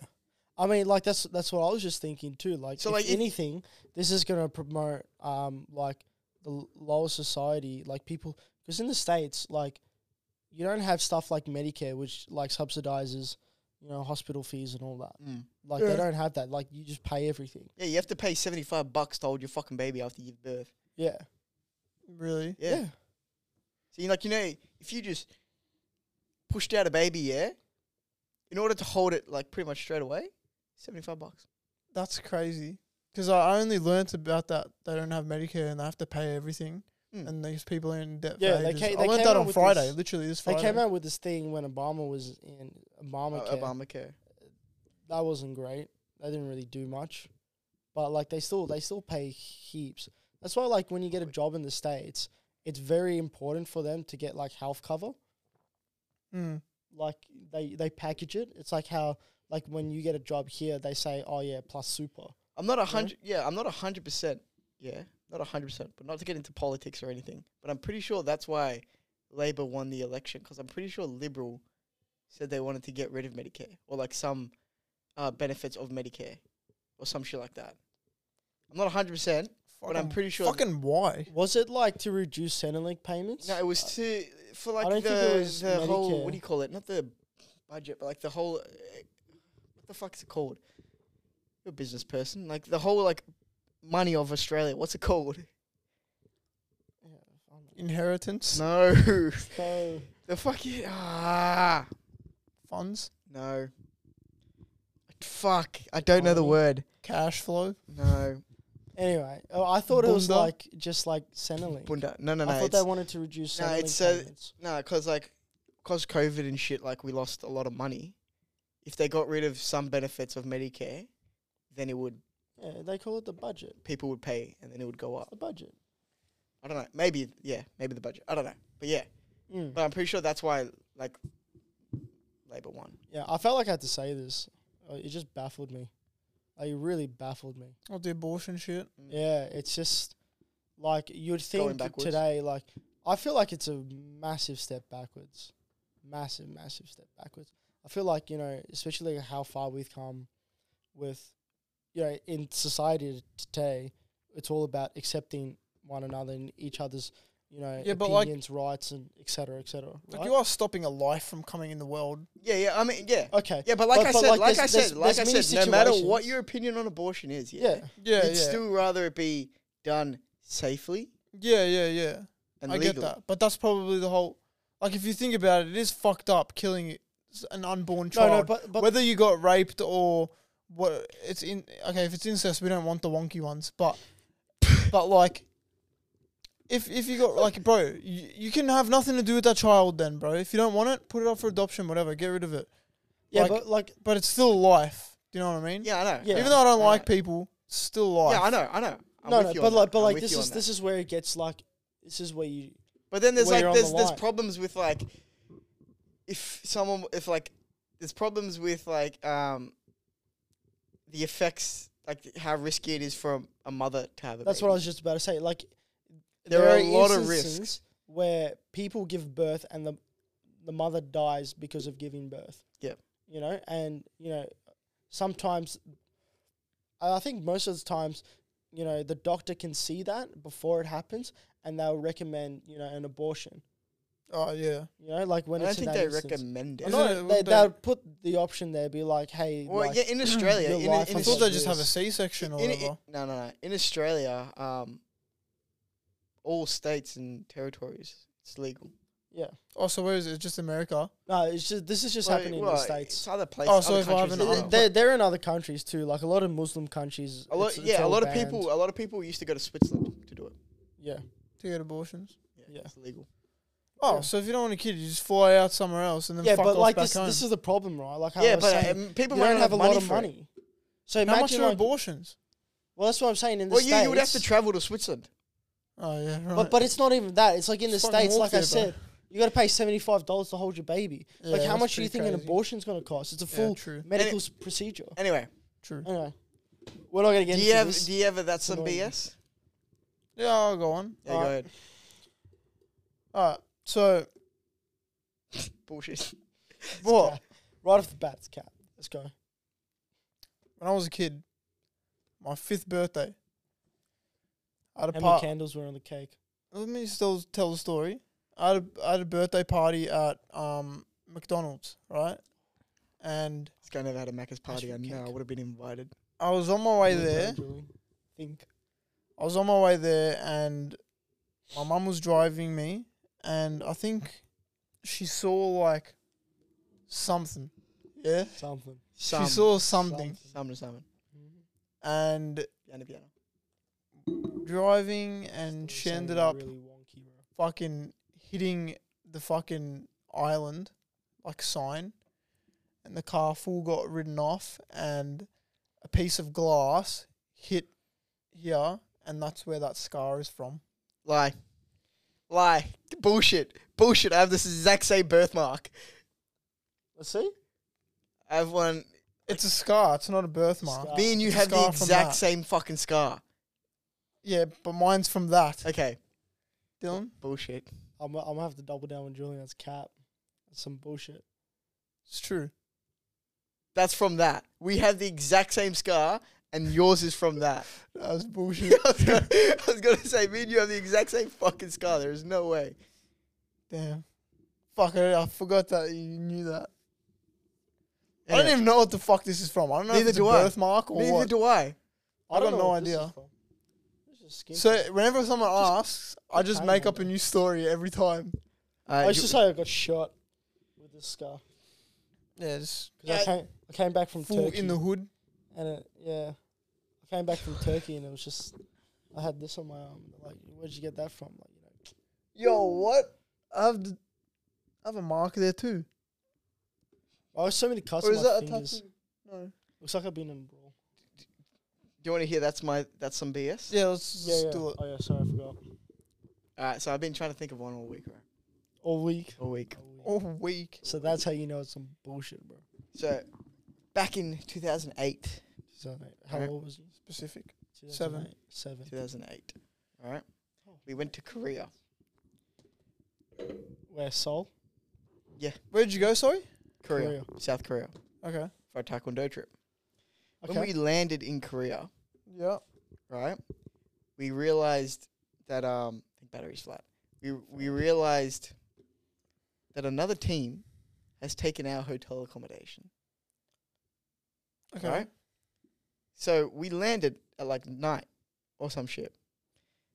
S2: I mean, like that's that's what I was just thinking too. Like,
S3: So,
S2: if
S3: like, if-
S2: anything, this is gonna promote um like the l- lower society, like people, because in the states, like you don't have stuff like Medicare, which like subsidizes, you know, hospital fees and all that.
S3: Mm.
S2: Like
S1: Yeah.
S2: they don't have that. Like you just pay everything.
S3: Yeah, you have to pay seventy five bucks to hold your fucking baby after you give birth.
S2: Yeah.
S1: Really?
S3: Yeah. So you like you know if you just pushed out a baby, yeah, in order to hold it like pretty much straight away, seventy five bucks.
S1: That's crazy. Because I I only learnt about that. They don't have Medicare and they have to pay everything.
S3: Mm.
S1: And these people are in debt
S2: Hmm. Yeah,
S1: for
S2: they
S1: ages.
S2: ca-
S1: I
S2: they
S1: learned
S2: came
S1: that
S2: out
S1: on
S2: with
S1: Friday,
S2: this-
S1: literally this
S2: They
S1: Friday.
S2: came out with this thing when Obama was in Obamacare.
S3: Uh, Obamacare.
S2: That wasn't great. They didn't really do much, but like they still they still pay heaps. That's why like when you get a job in the states, it's very important for them to get like health cover.
S1: Mm.
S2: like they they package it. It's like how like when you get a job here, they say, "Oh yeah, plus super."
S3: I'm not a hundred. Yeah, I'm not a hundred percent. Yeah, not a hundred percent. But not to get into politics or anything. But I'm pretty sure that's why Labor won the election because I'm pretty sure Liberal said they wanted to get rid of Medicare or like some uh, benefits of Medicare or some shit like that. I'm not a hundred percent, but I'm
S1: Fucking-
S3: pretty sure.
S1: Fucking why?
S2: Was it like to reduce Centrelink payments? Uh,
S3: No, it was to for like
S2: I don't
S3: the,
S2: think it was
S3: the whole
S2: Medicare.
S3: what do you call it? Not the budget, but like the whole uh, what the fuck is it called? You're a business person, like the whole like money of Australia. What's it called?
S2: Yeah, I don't know.
S1: Inheritance
S3: No,
S2: So
S3: the fucking ah
S1: funds,
S3: no. Fuck, I don't know the
S2: Economy?
S3: word.
S1: cash flow.
S3: No,
S2: anyway, oh, I thought it was
S1: Bunda?
S2: like just like Centrelink.
S3: bunda. No, no, no.
S2: I thought
S3: it's-
S2: they wanted to reduce
S3: No,
S2: Centrelink
S3: it's uh, a-
S2: payments.
S3: No, cause like, cause COVID and shit, like we lost a lot of money. If they got rid of some benefits of Medicare, then it would
S2: Yeah, they call it the budget.
S3: people would pay, and then it would go
S2: It's
S3: up.
S2: the budget.
S3: I don't know. Maybe yeah, maybe the budget. I don't know. But yeah,
S2: Mm.
S3: but I'm pretty sure that's why like Labor won.
S2: yeah, I felt like I had to say this. Uh, It just baffled me. Like, it really baffled me.
S1: Or the abortion shit.
S2: Yeah, it's just like you'd think
S3: backwards.
S2: today, like I feel like it's a massive step backwards. Massive, massive step backwards. I feel like, you know, especially how far we've come with you know, in society today, it's all about accepting one another and each other's, you know,
S1: Yeah, but, like-
S2: opinions, rights and et cetera, et cetera.
S1: Like
S2: right?
S1: you are stopping a life from coming in the world.
S3: Yeah, yeah. I mean, yeah,
S2: okay.
S3: yeah. But like
S2: But-
S3: I
S2: but,
S3: said, like,
S2: like,
S3: I
S2: there's-
S3: said,
S2: there's-
S3: like I
S2: there's
S3: said,
S2: many
S3: no matter what
S2: situations-
S3: your opinion on abortion is, yeah,
S2: Yeah.
S1: Yeah,
S3: you'd
S1: yeah,
S3: still rather it be done safely
S1: yeah, yeah, yeah.
S3: and
S1: I
S3: legal.
S1: get that, but that's probably the whole. Like, if you think about it, it is fucked up killing s- an unborn
S2: No,
S1: child.
S2: no, but but
S1: Whether you got raped or what, it's in. Okay, if it's incest, we don't want the wonky ones, but but like, if if you got like, bro, you, you can have nothing to do with that child then, bro. If you don't want it, put it up for adoption, whatever. Get rid of it,
S2: yeah,
S1: like-
S2: but like
S1: but it's still life. Do you know what I mean?
S3: Yeah, I know.
S2: Yeah.
S3: I
S1: Even though I don't
S3: know.
S1: like people, it's still life.
S3: Yeah, I know, I know. I'm
S2: no,
S3: with
S2: no,
S3: you
S2: but
S3: on
S2: like
S3: that.
S2: but
S3: I'm
S2: like
S3: with
S2: this
S3: you on
S2: is
S3: that.
S2: this is where it gets like this is where you
S3: But then there's
S2: where
S3: like
S2: you're on
S3: there's
S2: the
S3: there's
S2: line.
S3: problems with like if someone if like there's problems with like um the effects like how risky it is for a, a mother to have a
S2: That's
S3: baby.
S2: what I was just about to say. Like,
S3: There are a lot of
S2: instances
S3: risks.
S2: where people give birth and the the mother dies because of giving birth.
S3: Yep.
S2: You know, and you know, sometimes I I think most of the times, you know, the doctor can see that before it happens, and they'll recommend you know an abortion.
S1: Oh yeah.
S2: You know, like when
S3: I don't
S2: it's in
S3: think
S2: that
S3: they
S2: instance.
S3: recommend it.
S1: Isn't it-
S2: No, they,
S1: wouldn't they-
S2: they'll put the option there, be like, hey,
S3: Well,
S2: like,
S3: yeah, in Australia,
S2: your
S3: in, in,
S1: I
S2: life Fucking
S1: thought
S3: Australia-
S1: they just have a
S2: years.
S1: C-section or
S3: in- in-
S1: whatever.
S3: no, no, no. In Australia, um, all states and territories, it's legal.
S2: yeah.
S1: Oh, so where is it? Just America.
S2: No, it's just this is just
S3: Well,
S2: happening
S3: well,
S2: in the states.
S3: It's other places.
S1: Oh, so
S3: other
S1: if I have
S3: countries
S1: an
S2: Th-
S3: as
S1: Oh.
S3: well.
S2: They're, they're in other countries too, like a lot of Muslim countries.
S3: a lot,
S2: it's- it's
S3: yeah, a
S2: all
S3: lot of
S2: banned.
S3: people, uh, a lot of people used to go to Switzerland to do it.
S2: Yeah,
S1: To get abortions.
S3: Yeah,
S2: Yeah.
S3: it's legal.
S1: Oh,
S2: Yeah.
S1: so if you don't want a kid, you just fly out somewhere else and then
S2: yeah,
S1: fuck
S2: but
S1: off
S2: like
S1: back
S2: this,
S1: home.
S2: this is the problem, right? Like how
S3: yeah,
S2: I was
S3: but
S2: saying,
S3: um, people
S2: you
S3: might
S2: don't have a lot of
S3: for it.
S2: money. So
S1: How much
S2: imagine,
S1: are
S2: like,
S1: abortions?
S2: well, that's what I'm saying. In the
S3: Well,
S2: states,
S3: you, you would have to travel to Switzerland.
S1: Oh yeah, right.
S2: but but it's not even that. It's like in the
S1: It's fucking
S2: states, like I
S1: warfare, bro.
S2: said, you got to pay seventy five dollars to hold your baby.
S1: Yeah,
S2: like how
S1: that's
S2: much do you
S1: pretty
S2: think an
S1: crazy.
S2: abortion's going to cost? It's a full
S1: true.
S2: medical
S3: And
S2: s- procedure.
S3: Anyway,
S1: True.
S2: Anyway, we're not going to get
S3: do
S2: into
S3: you have
S2: this.
S3: do you ever that's some
S2: annoying.
S3: BS?
S1: Yeah, I'll go on.
S3: Yeah, go
S2: Alright.
S3: ahead.
S1: All right. So
S3: Bullshit.
S1: what?
S2: cat. right off the bat, it's cat. Let's go.
S1: When I was a kid, my fifth birthday, I had a
S2: How many
S1: party.
S2: candles were on the cake?
S1: Let me still tell the story. I had a, I had a birthday party at um McDonald's, right? And
S3: It's going to have had a Macca's party. I
S2: Mushroom
S3: know I
S2: cake.
S3: would have been invited.
S1: I was on my way there.
S2: Think.
S1: I was on my way there and my mum was driving me and I think she saw like something. Yeah?
S2: Something.
S3: Some,
S1: She saw something
S3: some to some.
S1: and
S3: Piano, piano.
S1: driving and she ended up
S2: Really wonky, bro.
S1: fucking hitting the fucking island like sign and the car full got ridden off and a piece of glass hit here and that's where that scar is from.
S3: Lie, lie, bullshit, bullshit. I have this exact same birthmark.
S2: Let's see.
S3: I have one.
S1: It's a scar. It's not a birthmark.
S2: Scar.
S3: Me and you
S1: It's a
S3: have the
S1: scar from
S3: exact
S1: that.
S3: same fucking scar.
S1: Yeah, but mine's from that.
S3: Okay.
S1: Dylan,
S3: Bullshit.
S2: I'm, I'm gonna have to double down on Julian's cap. That's some bullshit.
S1: it's true.
S3: That's from that. We have the exact same scar, and yours is from that.
S1: That was
S3: I
S1: bullshit.
S3: was gonna- I was gonna say, me and you have the exact same fucking scar. There is no way.
S1: Damn. Fuck it. I forgot that you knew that. I
S3: Anyway,
S1: don't even know what the fuck this is from. I don't know
S3: Neither
S1: if it's
S3: do
S1: a
S3: I.
S1: birthmark or
S3: Neither
S1: what.
S3: do I.
S1: I got no
S2: what this is
S1: idea.
S2: from. This is skin.
S1: So whenever someone asks, I just
S2: hang
S1: make
S2: on.
S1: up a new story every time.
S3: Uh,
S2: I
S3: you-
S2: should say I got shot with this scar
S1: Yeah, just
S2: because I came I came back from
S1: fool
S2: Turkey
S1: in the hood.
S2: and it, yeah, I came back from Turkey and it was just I had this on my arm. Like, where'd you get that from? Like, you know,
S1: Yo, what? I have, the, I have a mark there too.
S2: I was Oh, so many cuts
S1: Or
S2: on
S1: is
S2: my
S1: that a
S2: fingers.
S1: tattoo? No.
S2: Looks like I've been in a brawl.
S3: do you want to hear? That's my. That's some BS.
S1: Yeah, let's
S2: Yeah,
S1: just
S2: yeah.
S1: do it.
S2: Oh yeah, sorry, I forgot.
S3: All right. So I've been trying to think of one all week, right?
S2: All week.
S3: All week.
S2: All week.
S1: All week.
S2: So that's how you know it's some bullshit, bro.
S3: So, back in 2008,
S2: 2008. How
S3: Alright.
S2: old was you?
S1: Specific. Seven.
S2: 2008. Seven.
S3: 2008. All right. We went to Korea.
S2: Where Seoul?
S1: Where'd you go? Sorry.
S3: Korea, South Korea,
S1: Okay.
S3: for a taekwondo trip.
S2: Okay.
S3: When we landed in Korea,
S1: Yeah.
S3: right, we realized that um, I think battery's flat. We we realized that another team has taken our hotel accommodation.
S1: Okay.
S3: Alright. So we landed at like night or some shit,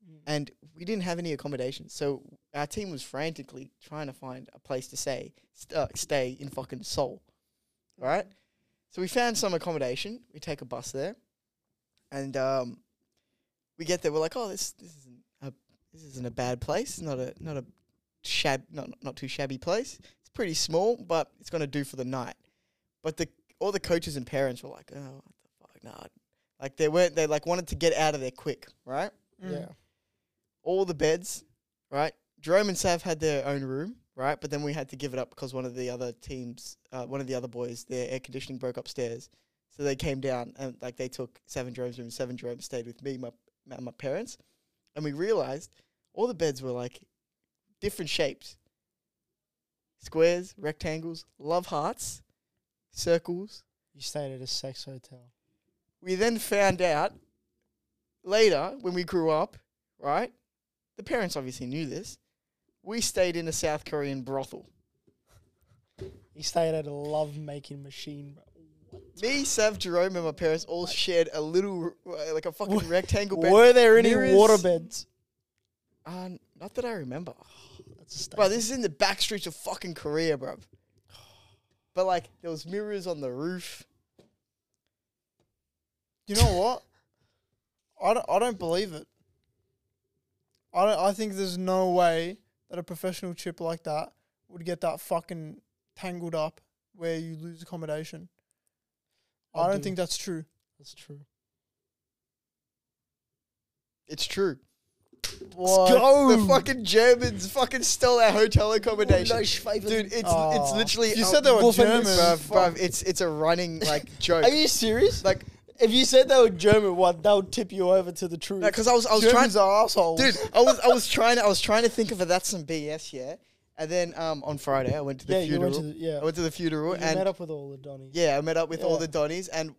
S2: Mm.
S3: and we didn't have any accommodation. So our team was frantically trying to find a place to stay, st- uh, stay in fucking Seoul. Right? So we found some accommodation. We take a bus there, and um, we get there. We're like, oh, this this isn't a this isn't a bad place. It's not a not a shab not not too shabby place. It's pretty small, but it's gonna do for the night. But the all the coaches and parents were like, oh, what the fuck, nah. Like they weren't. They like wanted to get out of there quick, right?
S1: Mm.
S2: yeah.
S3: all the beds, right? Jerome and Sav had their own room, right? But then we had to give it up because one of the other teams, uh, one of the other boys, their air conditioning broke upstairs. So they came down and like they took Sav and Jerome's room. Sav and Jerome stayed with me, my my my parents, and we realized all the beds were like different shapes, squares, rectangles, love hearts, circles.
S2: You stayed at a sex hotel.
S3: We then found out later when we grew up, right? The parents obviously knew this. We stayed in a South Korean brothel.
S2: You stayed at a love making machine, bro.
S3: Me, Sav, Jerome, and my parents all shared a little, uh, like a fucking rectangle bed.
S2: Were there any
S3: nearest-
S2: water beds?
S3: Uh, not that I remember.
S2: That's a state.
S3: Bro, this is in the back streets of fucking Korea, bro. But like, there was mirrors on the roof.
S1: You know what? I don't, I don't believe it. I don't, I think there's no way that a professional chip like that would get that fucking tangled up where you lose accommodation. I, don't
S2: do.
S1: think that's true.
S2: that's true.
S3: It's true.
S1: What?
S3: The fucking Germans fucking stole our hotel accommodation. Dude, it's it's
S2: Aw.
S3: literally
S1: You said they were
S3: Wolfen-
S1: German.
S3: bruv,
S1: Oh. Fuck.
S3: bruv, it's it's a running like joke.
S2: Are you serious?
S3: like
S2: if you said they were German, what that would tip you over to the truth.
S3: because I was I was
S1: Germans are
S3: trying,
S1: assholes.
S3: dude. I was I was trying I was trying to think of a that's some BS, yeah. And then um on Friday I went to the
S2: yeah, you
S3: funeral.
S2: went to the, yeah.
S3: I went to the funeral
S2: You
S3: and
S2: met up with all the Donnies.
S3: yeah, I met up with all
S2: Yeah.
S3: the Donnies and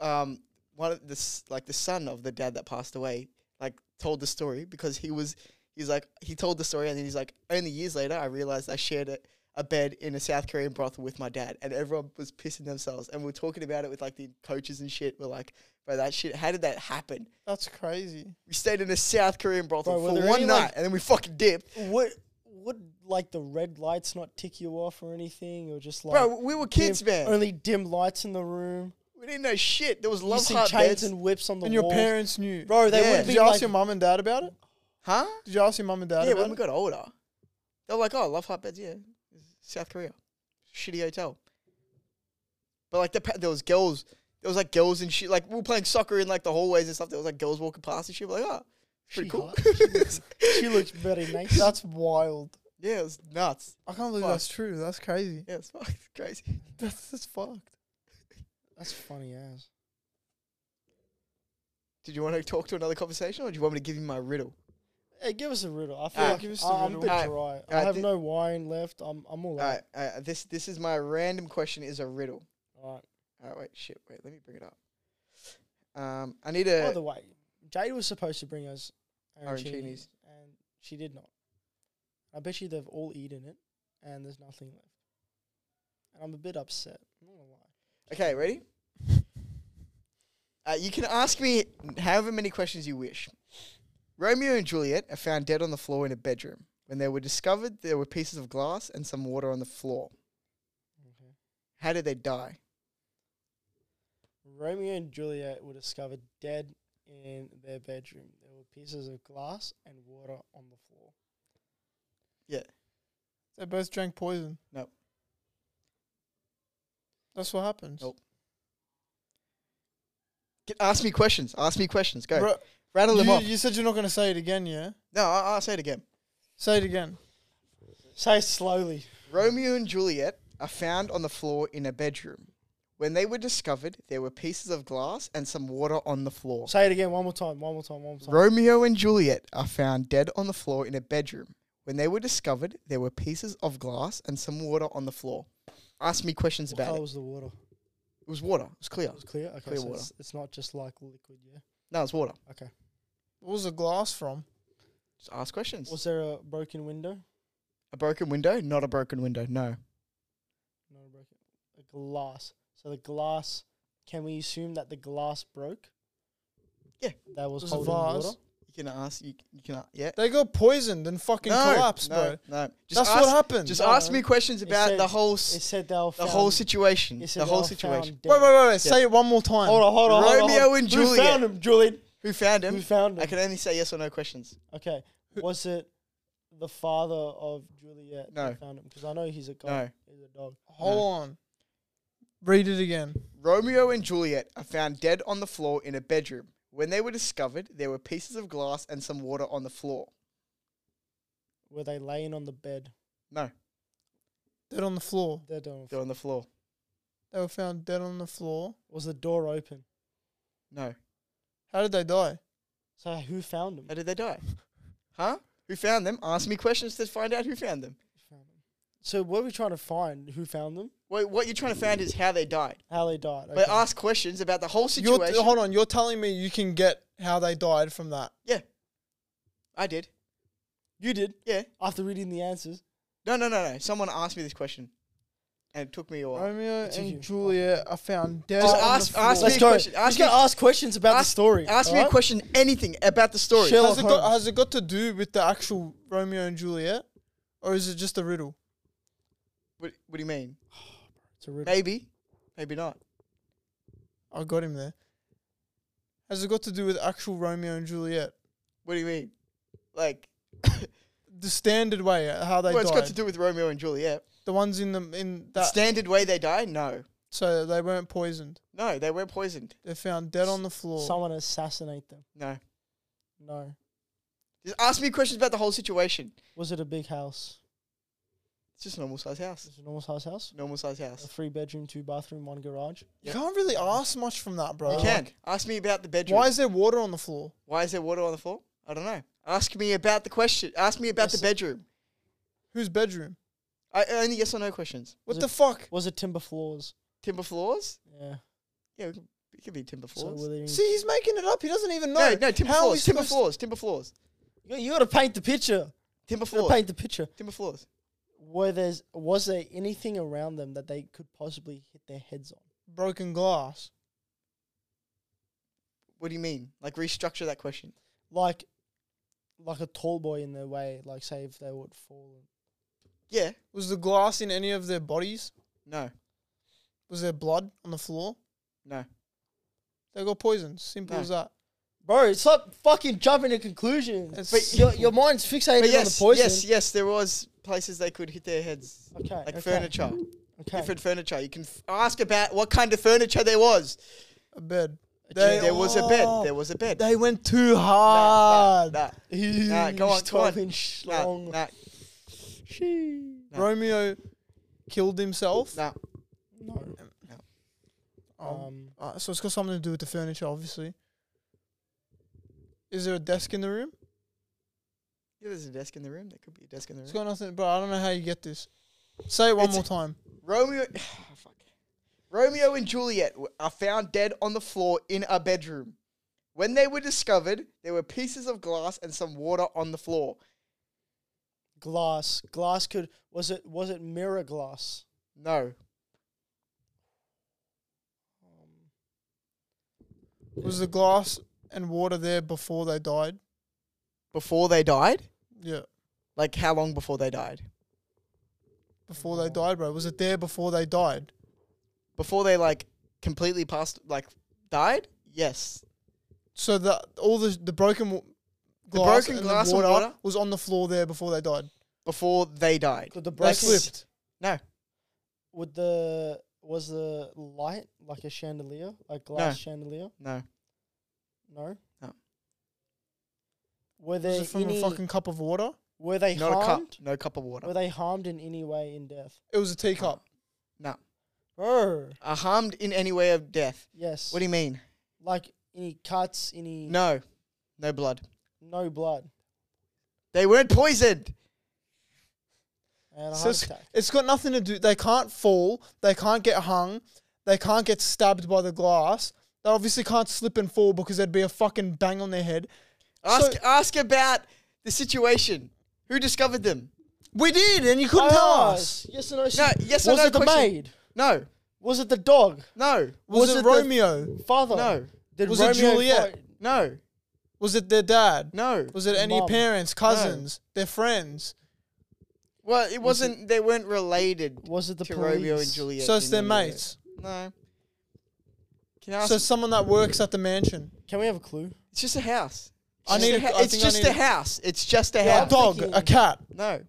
S3: um one of the s- like the son of the dad that passed away like told the story because he was he's like he told the story and then he's like only years later I realized I shared a, a bed in a South Korean brothel with my dad and everyone was pissing themselves and we are talking about it with like the coaches and shit. We're like, bro, that shit, how did that happen?
S1: That's crazy.
S3: We stayed in a South Korean brothel
S2: Bro, were
S3: for
S2: there
S3: one
S2: any,
S3: night,
S2: like-
S3: and then we fucking dipped.
S2: Would would like the red lights not tick you off or anything, or just like
S3: Bro, we were kids,
S2: dim-
S3: man.
S2: Only dim lights in the room.
S3: we didn't know shit. There was
S2: You
S3: love
S2: see
S3: heart
S2: chains
S3: beds.
S2: and whips on the
S1: And your
S2: walls.
S1: parents knew.
S2: bro. They
S3: Yeah.
S2: would
S1: Did
S2: be
S1: you ask
S2: like,
S1: your mum and dad about it?
S3: huh?
S1: Did you ask your mum and dad
S3: Yeah,
S1: about
S3: when we
S1: it?
S3: got older, they were like, "Oh, love heart beds, yeah, South Korea, shitty hotel." But like the pa- there was girls, there was like girls and shit. Like we were playing soccer in like the hallways and stuff. There was like girls walking past and shit. We're like, oh, pretty
S2: She
S3: cool.
S2: hot. she looks very nice.
S1: That's wild.
S3: Yeah, it was nuts.
S1: I can't believe
S3: Fuck.
S1: that's true. That's crazy.
S3: Yeah, it's fucking crazy.
S1: That's that's fucked.
S2: That's funny as.
S3: Did you want to talk to another conversation, or do you want me to give you my riddle?
S2: Hey, give us a riddle. I feel
S3: Alright,
S2: like
S1: give us a
S2: I- I'm a
S1: riddle.
S2: bit
S3: Alright,
S2: dry. I
S3: alright,
S2: have
S3: thi-
S2: no wine left. I'm I'm all
S3: All
S2: out.
S3: right, all right, this this is my random question. Is a riddle.
S2: All right.
S3: All right, wait, shit, wait, let me bring it up. Um, I need
S1: Oh,
S3: a.
S2: By the way, Jade was supposed to bring us
S3: Arancinis.
S2: arancinis, and she did not. I bet you they've all eaten it, and there's nothing left. And I'm a bit upset. I'm not gonna lie.
S3: Okay, ready? Uh, you can ask me however many questions you wish. Romeo and Juliet are found dead on the floor in a bedroom. When they were discovered, there were pieces of glass and some water on the floor.
S2: Okay.
S3: How did they die?
S2: Romeo and Juliet were discovered dead in their bedroom. There were pieces of glass and water on the floor.
S1: They both drank poison.
S3: Nope.
S1: That's what happens.
S3: Nope. Get, ask me questions. Ask me questions. Go.
S1: Bro,
S3: Rattle them
S1: you,
S3: off.
S1: you said you're not gonna say it again, yeah?
S3: no, I, I'll say it again.
S1: Say it again.
S2: Say it slowly.
S3: Romeo and Juliet are found on the floor in a bedroom. When they were discovered, there were pieces of glass and some water on the floor.
S2: Say it again one more time. One more time. One more time.
S3: Romeo and Juliet are found dead on the floor in a bedroom. When they were discovered, there were pieces of glass and some water on the floor. Ask me questions
S2: what
S3: about
S2: color
S3: it.
S2: was the water?
S3: It was water. It was clear.
S2: It oh. was clear. Okay,
S3: Clear
S2: so
S3: water.
S2: It's, it's not just like liquid. Yeah.
S3: No, it's water.
S2: Okay.
S1: What was the glass from?
S3: Just ask questions.
S2: Was there a broken window?
S3: a broken window? Not a broken window. No.
S2: Not a broken. A glass. So the glass. Can we assume that the glass broke?
S3: Yeah.
S2: That was
S1: It was a
S2: holding the
S1: vase.
S2: water.
S3: You can ask. You, you can. Yeah.
S1: They got poisoned and fucking collapsed,
S3: no,
S1: bro.
S3: No. Just
S1: That's
S3: ask,
S1: what happened.
S3: Just
S2: No.
S3: ask me questions
S2: It
S3: about the
S2: said-
S3: whole
S2: It
S3: s-
S2: said they were
S3: the whole
S2: found-
S3: situation.
S2: it said
S3: The
S2: they
S3: whole
S2: were
S3: situation.
S2: found
S1: wait, wait,
S2: dead.
S1: wait, wait. Say it one more time.
S2: Hold on, hold on. hold on,
S3: Romeo
S2: hold on.
S3: and
S2: Who
S3: Juliet.
S2: found him, Julian?
S3: Who found him?
S2: Who found
S3: I
S2: him?
S3: can only say yes or no questions.
S2: Okay. Was it the father of Juliet
S3: No.
S2: that found him? Because I know he's a dog.
S3: No.
S2: He's a dog.
S1: Hold on. Read it again.
S3: Romeo and Juliet are found dead on the floor in a bedroom. When they were discovered, there were pieces of glass and some water on the floor.
S2: Were they laying on the bed?
S3: No,
S1: Dead on the floor.
S2: They're doing.
S3: they're on the floor.
S1: They were found dead on the floor.
S2: Was the door open?
S3: No.
S1: How did they die?
S2: So who found him?
S3: How did they die? Huh? Who found them? Ask me questions to find out who found them.
S2: Found them. So what are we trying to find? Who found them?
S3: Wait, what you're trying to find is how they died.
S2: How they died?
S3: But ask questions about the whole
S1: You're
S3: situation.
S1: t- hold on. You're telling me you can get how they died from that?
S3: I did.
S2: you did
S3: Yeah.
S2: after reading the answers.
S3: No, no, no, no. Someone asked me this question, and it took me a while.
S1: Romeo
S2: It's you.
S1: and Juliet are found dead.
S3: Just
S1: on the
S3: ask- ask
S1: floor.
S2: Let's
S3: me a
S2: go.
S3: question.
S2: Ask
S3: Ask
S2: you
S3: me-
S2: gotta ask questions about
S3: ask-
S2: the story.
S3: Ask me a
S2: alright?
S3: question, anything about the story.
S2: Shit.
S1: Has it
S2: Sherlock
S1: got
S2: Holmes.
S1: has it got to do with the actual Romeo and Juliet, or is it just a riddle?
S3: What, what do you mean?
S2: It's a riddle.
S3: Maybe, maybe not.
S1: I got him there. Has it got to do with actual Romeo and Juliet?
S3: What do you mean? Like,
S1: The standard way uh, how they
S3: well, it's
S1: died.
S3: got to do with Romeo and Juliet.
S1: the ones in the in
S3: The
S1: that
S3: standard way they die? No,
S1: so they weren't poisoned.
S3: no, they were poisoned.
S1: They're found dead on the floor.
S2: Someone assassinate them.
S3: No,
S2: No.
S3: just ask me questions about the whole situation.
S2: Was it a big house?
S3: It's just a normal size house.
S2: Is it a normal size house?
S3: Normal size
S2: A
S3: house.
S2: three bedroom, two bathroom, one garage.
S1: you can't really ask much from that, bro.
S3: You can ask me about the bedroom.
S1: Why is there water on the floor?
S3: Why is there water on the floor? I don't know. Ask me about the question. Ask me about the
S2: Yes.
S3: bedroom.
S1: Whose bedroom?
S3: I only yes or no questions.
S1: What
S2: Was
S1: the fuck?
S2: Was it timber floors?
S3: Timber floors?
S2: Yeah.
S3: Yeah, we can, it could be timber
S2: So
S3: floors.
S2: were they in-
S1: See, he's making it up. He doesn't even know.
S3: no, no, timber
S1: How are we
S3: floors. Timber
S1: supposed-
S3: floors. Timber floors.
S2: You, you gotta paint the picture.
S3: Timber
S2: You
S3: floors.
S2: gotta paint the picture.
S3: Timber floors.
S2: Were there was there anything around them that they could possibly hit their heads on?
S1: Broken glass.
S3: What do you mean? Like restructure that question.
S2: Like like a tall boy in their way, like say if they would fall.
S3: Yeah.
S1: Was the glass in any of their bodies?
S3: No.
S1: Was there blood on the floor?
S3: No.
S1: They got poisoned. Simple
S3: No.
S1: as that.
S2: Bro, stop fucking jumping to conclusions.
S1: It's
S2: but your, your mind's fixated
S3: But
S2: on the
S3: yes,
S2: poison.
S3: yes, yes. There was places they could hit their heads,
S2: Okay.
S3: like
S2: okay,
S3: furniture,
S2: Okay.
S3: different furniture. You can f- ask about what kind of furniture there was.
S1: A bed.
S2: They-
S3: there was a bed.
S1: oh,
S3: There was a bed.
S1: They went too
S3: Nah,
S1: hard.
S3: nah, nah,
S2: Huge
S3: go on, go on.
S2: 12 inch
S3: nah,
S2: long
S3: nah.
S2: She.
S3: No.
S1: Romeo killed himself.
S3: Nah. Um,
S2: No.
S1: Oh,
S2: Um,
S1: uh, so it's got something to do with the furniture, obviously. Is there a desk in the room?
S3: Yeah, there's a desk in the room. There could be a desk in the room.
S1: It's got nothing, bro. I don't know how you get this. Say it one
S3: It's-
S1: more time.
S3: Romeo, oh, fuck. Romeo and Juliet w- are found dead on the floor in a bedroom. When they were discovered, there were pieces of glass and some water on the floor.
S2: glass. Glass could. Was it? Was it mirror glass?
S3: No,
S2: Um,
S1: Was the glass and water there before they died?
S3: before they died.
S1: Yeah,
S3: Like how long before they died?
S1: before they died, bro. Was it there before they died?
S3: Before they like completely passed, like died. Yes,
S1: So the all the the broken wa- glass,
S3: broken
S1: and,
S3: glass
S1: the
S3: and
S1: water
S3: water?
S1: was on the floor there before they died.
S3: before they died.
S2: could the
S1: They
S2: broken?
S1: slipped.
S3: No,
S2: Would the was the light like a chandelier, like glass chandelier?
S3: no.
S2: No.
S3: No.
S2: Were
S1: Was
S2: they
S1: it from
S2: any,
S1: a fucking cup of water?
S2: Were they
S3: Not a cup.
S2: harmed?
S3: No cup of
S2: Were
S3: water.
S2: they harmed in any way in death?
S1: It was a teacup.
S3: No.
S2: Oh.
S3: Are harmed in any way of death?
S2: Yes.
S3: What do you mean?
S2: like any cuts?
S1: Mm.
S2: Any
S3: No, no blood.
S2: no blood.
S3: They weren't poisoned.
S2: And a
S1: So
S2: heart
S1: it's-
S2: attack.
S1: It's got nothing to do. They can't fall. They can't get hung. They can't get stabbed by the glass. They obviously can't slip and fall because there'd be a fucking bang on their head.
S3: Ask
S1: So-
S3: ask about the situation. Who discovered them?
S1: We did, and you couldn't
S2: I
S1: tell us.
S2: asked. Ah, Yes or no?
S3: No,
S2: s-
S3: yes or
S2: was
S3: no
S2: it the
S3: question.
S2: maid?
S3: No,
S2: Was it the dog?
S3: no,
S1: Was,
S2: Was
S1: it,
S2: it the-
S1: Romeo?
S2: Father?
S3: no,
S2: Did
S1: Was it
S2: Romeo
S1: Juliet?
S2: fight-
S3: no,
S1: Was it their dad?
S3: no.
S1: Was it any
S2: Mum.
S1: parents, cousins, their friends?
S3: Well, it
S2: Was it-
S3: wasn't. They weren't related
S2: Was it the
S3: to
S2: police?
S3: Romeo and Juliet.
S1: so it's
S3: in
S1: their
S3: any way.
S1: mates.
S3: No. Can I ask?
S1: So it's someone that works at the mansion.
S2: Can we have a clue?
S3: it's just a house. It's
S1: I
S3: just
S1: need
S3: a
S1: a-
S3: hou-
S1: I
S3: it's
S1: think I
S3: just
S1: need
S3: a
S1: a-
S3: house. It's just
S2: Yeah.
S3: a
S1: A
S3: house.
S1: dog, a
S2: thinking-
S1: cat,
S3: No. It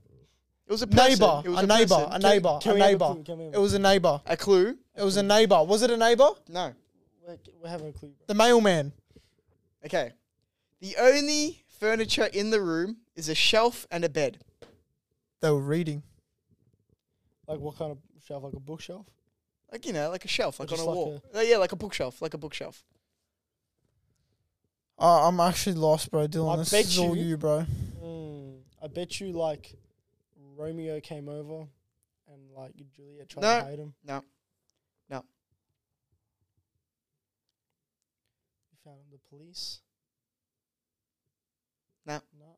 S3: was a person.
S1: neighbor,
S3: It was
S1: a neighbor,
S3: person.
S1: a neighbor,
S2: Can
S1: a
S2: we have a
S1: neighbor.
S2: clue? Can we have
S1: It was a neighbor.
S3: A clue?
S1: It was a neighbor. Was it a neighbor?
S3: No.
S2: We're, we're having a clue.
S1: The mailman.
S3: Okay. The only furniture in the room is a shelf and a bed.
S1: They were reading.
S2: Like what kind of shelf? Like a bookshelf?
S3: Like you know, like a shelf, like on
S2: just
S3: a
S2: like
S3: wall. Uh, yeah, like a bookshelf, like a bookshelf.
S1: Oh, I'm actually lost, bro. Dylan,
S2: I
S1: this
S2: bet
S1: is all
S2: you-
S1: you, bro.
S2: Mm, I bet you like Romeo came over and like Juliet tried
S3: No.
S2: to hide him.
S3: No. No.
S2: You found the police.
S3: No.
S2: No.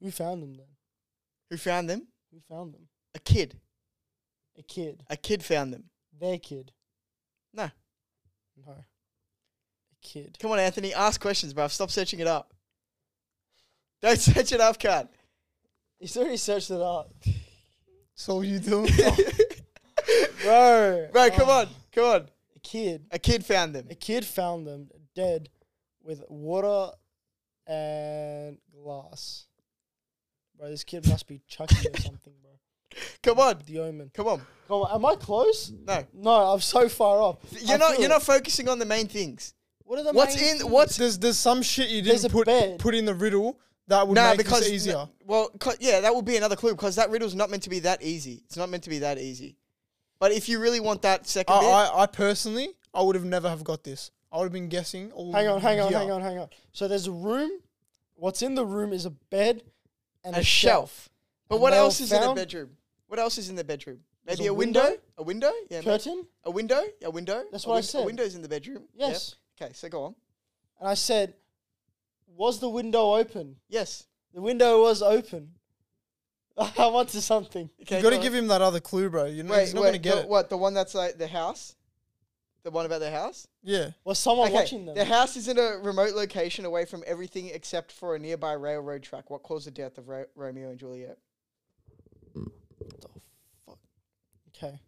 S2: Who found them then?
S3: Who found them?
S2: Who found them?
S3: A kid.
S2: A kid.
S3: A kid found them.
S2: Their kid.
S3: No.
S2: No. A kid.
S3: Come on, Anthony, ask questions, bruv. Stop searching it up. Don't search it up, cunt.
S2: He's already searched it up.
S1: It's all you, Dylan.
S2: Bro.
S1: Oh.
S2: Oh.
S3: Bro, come on, come on.
S2: A kid.
S3: A kid found them.
S2: A kid found them dead with water and glass. Bro, this kid must be Chucky or something, bro.
S3: Come on,
S2: The Omen.
S3: come on.
S2: Come on, am I close?
S3: No,
S2: No, I'm so far off. I
S3: you're not.
S2: feel
S3: You're
S2: it.
S3: not focusing on the main things.
S2: What are the
S3: What's
S2: main
S3: in? What's
S1: there's there's some shit you
S2: There's
S1: didn't
S2: a
S1: put
S2: bed.
S1: put in the riddle that would
S3: Nah,
S1: make
S3: because
S1: this easier.
S3: n- well, 'cause- yeah, that would be another clue because that riddle's not meant to be that easy. It's not meant to be that easy. But if you really want that second
S1: I,
S3: bit,
S1: Oh, I I personally I would have never have got this. I would have been guessing. All
S2: Hang on, hang on,
S1: year.
S2: hang on, hang on. So there's a room. What's in the room is a bed and
S3: a shelf. But
S2: And
S3: what
S2: they all
S3: else is in the
S2: found-
S3: bedroom? What else is in the bedroom?
S2: There's
S3: Maybe
S2: a
S3: a window?
S2: window?
S3: A window? Yeah, ma-
S2: Curtain?
S3: a window? A window?
S2: That's
S3: a
S2: what I
S3: win-
S2: said.
S3: A window's in the bedroom. Yep.
S2: Yes.
S3: Okay, so go on.
S2: And I said, was the window open?
S3: Yes.
S2: The window was open. I want to something.
S3: Okay.
S1: you got to
S3: go
S1: give
S3: on.
S1: him that other clue, bro. You're not,
S3: Wait,
S1: he's not
S3: wait,
S1: gonna get
S3: the-
S1: it.
S3: What? The one that's like the house? The one about the house?
S1: Yeah,
S2: Was someone
S3: okay.
S2: watching them?
S3: The house is in a remote location away from everything except for a nearby railroad track. What caused the death of Ro- Romeo and Juliet?
S2: Okay.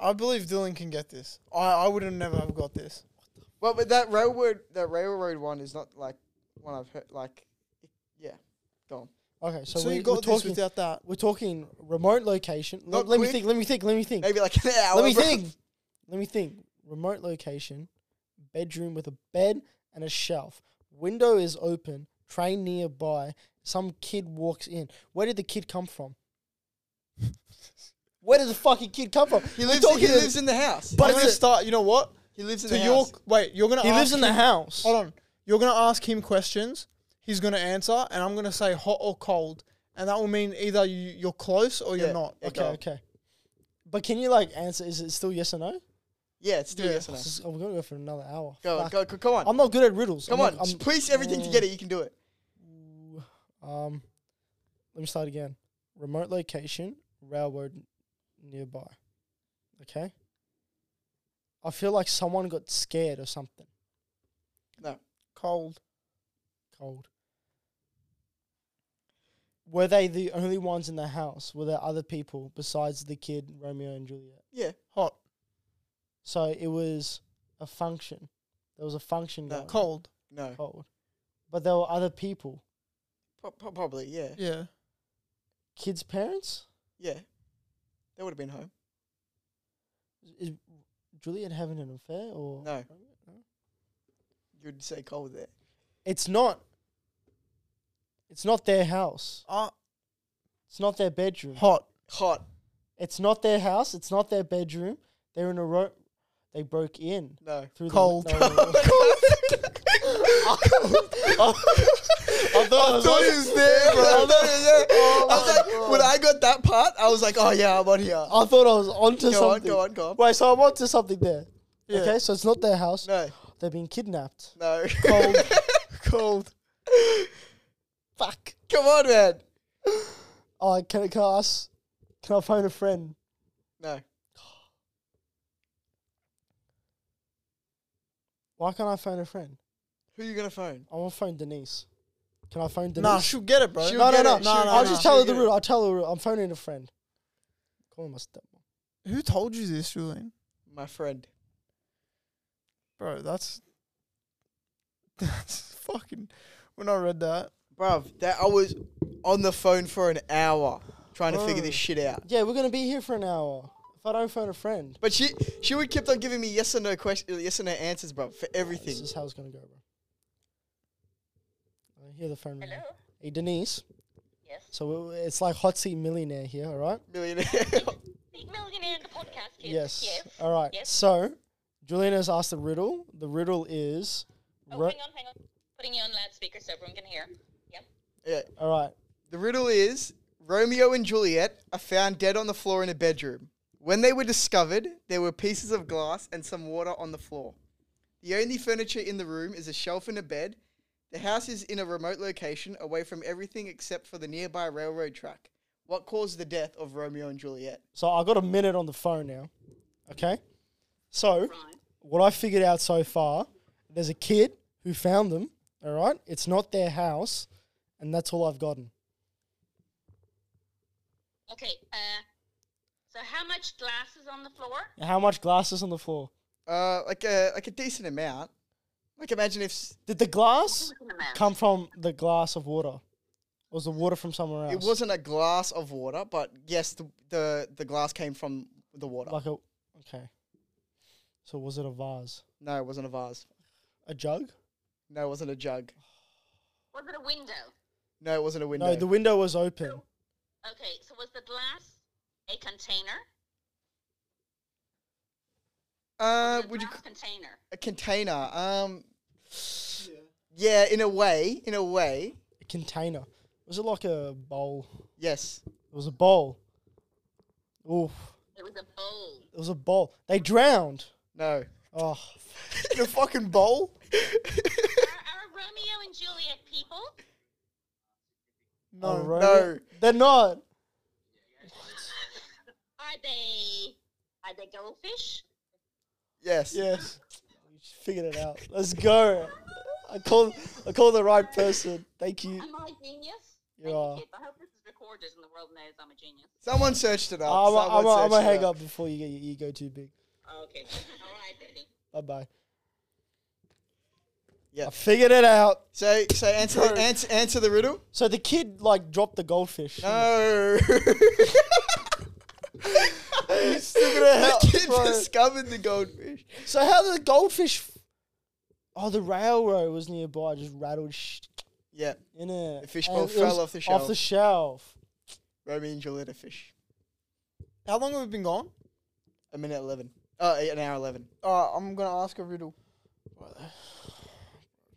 S1: I believe Dylan can get this. I I would have never have got this.
S3: Well, but that railroad, that railroad one is not like one I've heard. Like, yeah, go on.
S2: Okay. So,
S1: So,
S2: we,
S1: you
S2: we're
S1: got this
S2: talking.
S1: without that.
S2: we're talking remote location. L-
S3: Not
S2: let me
S3: quick.
S2: think. Let me think. Let me think.
S3: Maybe like an hour.
S2: let me
S3: bro.
S2: think. Let me think. Remote location, bedroom with a bed and a shelf. Window is open. Train nearby. Some kid walks in. Where did the kid come from? Where did the fucking kid come from?
S3: He
S2: We're
S3: lives.
S2: talking
S3: He
S2: to-
S3: lives in the house.
S1: But
S2: But
S1: I'm gonna
S2: it's a-
S1: start. You know what?
S3: he lives in
S1: To
S3: the
S1: your
S3: house.
S1: wait, you're gonna.
S2: He
S1: ask
S2: lives in the
S1: him-
S2: house.
S1: Hold on. You're gonna ask him questions. He's gonna answer, and I'm gonna say hot or cold, and that will mean either you, you're close or you're
S3: Yeah.
S1: not.
S3: Yeah.
S2: Okay,
S3: go.
S2: okay. But can you like answer? Is it still yes or no?
S3: Yeah, it's still
S1: Yeah.
S3: yes or no.
S2: This is- oh, we're gonna go for another hour.
S3: Go,
S2: Fuck.
S3: go, go, come on,
S2: I'm not good at riddles.
S3: come
S2: I'm
S3: on.
S2: not-
S3: Just piece everything
S2: Mm.
S3: together. You can do it.
S2: I'm- um, let me start again. Remote location, railroad nearby. Okay. I feel like someone got scared or something.
S1: Cold.
S2: Cold. Were they the only ones in the house? Were there other people besides the kid, Romeo and Juliet?
S3: Yeah,
S1: Hot.
S2: So it was a function. There was a function
S3: No.
S2: going.
S1: Cold.
S3: no,
S2: cold. But there were other people.
S3: Pro- pro- probably. Yeah,
S1: Yeah.
S2: Kids' parents?
S3: yeah. They would have been home.
S2: Is Juliet having an affair or
S3: No, you'd say cold there.
S2: It's not It's not their house.
S1: Uh,
S2: It's not their bedroom.
S1: hot.
S3: Hot.
S2: It's not their house. It's not their bedroom. They're in a row they broke in
S3: No.
S2: through
S1: Cold.
S2: the no, no, no.
S1: I thought,
S3: I thought he was there, bro. I thought he was there.
S1: Oh
S3: I was like, when I got that part, I was like, oh yeah, I'm on here.
S2: I thought I was onto
S3: Go on,
S2: something.
S3: go on, go on.
S2: Wait, so I'm onto something there.
S1: Yeah.
S2: Okay, so it's not their house.
S3: No,
S2: They're being kidnapped.
S3: no.
S1: Cold. cold.
S2: Fuck.
S3: Come on, man.
S2: Oh, can I, can I ask? Can I phone a friend?
S3: No.
S2: Why can't I phone a friend?
S3: Who you gonna phone?
S2: I want to phone Denise. Can I phone Denise?
S1: Nah, she'll get it, bro.
S3: She'll
S2: no, no,
S3: get
S2: no.
S3: it, she'll
S1: get
S2: I'll
S1: it,
S2: just
S3: she'll
S2: tell her the
S3: get it.
S2: rule. I'll tell her. the rule. I'm phoning a friend. Calling my stepmom.
S1: Who told you this, Julian?
S3: My friend.
S1: Bro, that's that's fucking. When I read that,
S3: Bruv, that I was on the phone for an hour trying to figure
S1: Bro.
S3: this shit out.
S2: Yeah, we're gonna be here for an hour. If I don't phone a friend,
S3: But she she would kept on giving me yes or no question yes or no answers, bruv, for
S2: this
S3: everything.
S2: is how it's gonna go, bro. I hear the phone. ringing. Hey, Denise.
S4: Yes.
S2: So we- we- it's like hot seat millionaire here. All right.
S3: Millionaire.
S4: Big millionaire in the podcast. Kids.
S2: Yes. Uh,
S4: Yes.
S2: All right.
S4: Yes.
S2: So Juliana's asked the riddle. The riddle is.
S4: Oh,
S2: ro-
S4: hang on, hang on. Putting you on loudspeaker so everyone can hear. Yep.
S3: yeah.
S2: all right.
S3: The riddle is Romeo and Juliet are found dead on the floor in a bedroom. When they were discovered, there were pieces of glass and some water on the floor. The only furniture in the room is a shelf and a bed. The house is in a remote location away from everything except for the nearby railroad track. What caused the death of Romeo and Juliet?
S2: So I got a minute on the phone now. Okay. So what I figured out so far, there's a kid who found them. All right. It's not their house, and that's all I've gotten.
S4: Okay. Uh, so how much glass is on the floor?
S2: How much glass is on the floor?
S3: Uh, like a like a decent amount. Like imagine if s-
S2: Did the glass
S4: Amount.
S2: come from the glass of water? Or was the water from somewhere else?
S3: it wasn't a glass of water, but yes, the the, the glass came from the water.
S2: like a okay. So was it a vase?
S3: No, it wasn't a vase.
S2: A jug?
S3: No, it wasn't a jug.
S4: Was it a window?
S3: No, it wasn't a window.
S2: No, the window was open.
S4: Okay. So was the glass a container?
S3: Uh,
S4: Was it a
S3: would you
S4: glass container?
S3: a container? Um, yeah. in a way, in a way,
S2: A container. Was it like a bowl?
S3: yes.
S2: It was a bowl. Oof.
S4: It was a bowl.
S2: It was a bowl. They drowned.
S3: No,
S2: Oh,
S1: in a fucking bowl.
S4: are, are Romeo and Juliet people?
S1: No,
S2: Romeo-
S3: no.
S2: They're not.
S4: Are they? Are they goldfish?
S3: yes.
S2: Yes. You figured it out. Let's go. I called. I called the right person. Thank you.
S4: Am I a genius?
S2: You
S4: Thank
S2: are.
S4: kids. I hope this is recorded and the world knows I'm a genius.
S3: Someone searched it up.
S2: I'm
S3: Someone searched
S2: gonna
S3: it
S2: hang up before you get your ego too big.
S4: Okay. All right, baby.
S2: Bye bye.
S3: Yeah.
S2: I figured it out.
S3: So, so answer,
S2: Bro.
S3: the, answer, answer the riddle.
S2: So the kid like dropped the goldfish.
S3: No.
S2: It's Still gonna help,
S3: the kid
S2: bro.
S3: discovered the goldfish.
S2: So how did the goldfish? F- oh, the railroad was nearby. Just rattled. Sh-
S3: Yeah,
S2: in it.
S3: the fishbowl
S2: And it was
S3: fell off the shelf.
S2: Off the shelf.
S3: Romeo and Juliet are fish.
S1: How long have we been gone?
S3: A minute eleven. Uh, an hour eleven.
S1: Uh, I'm gonna ask a riddle.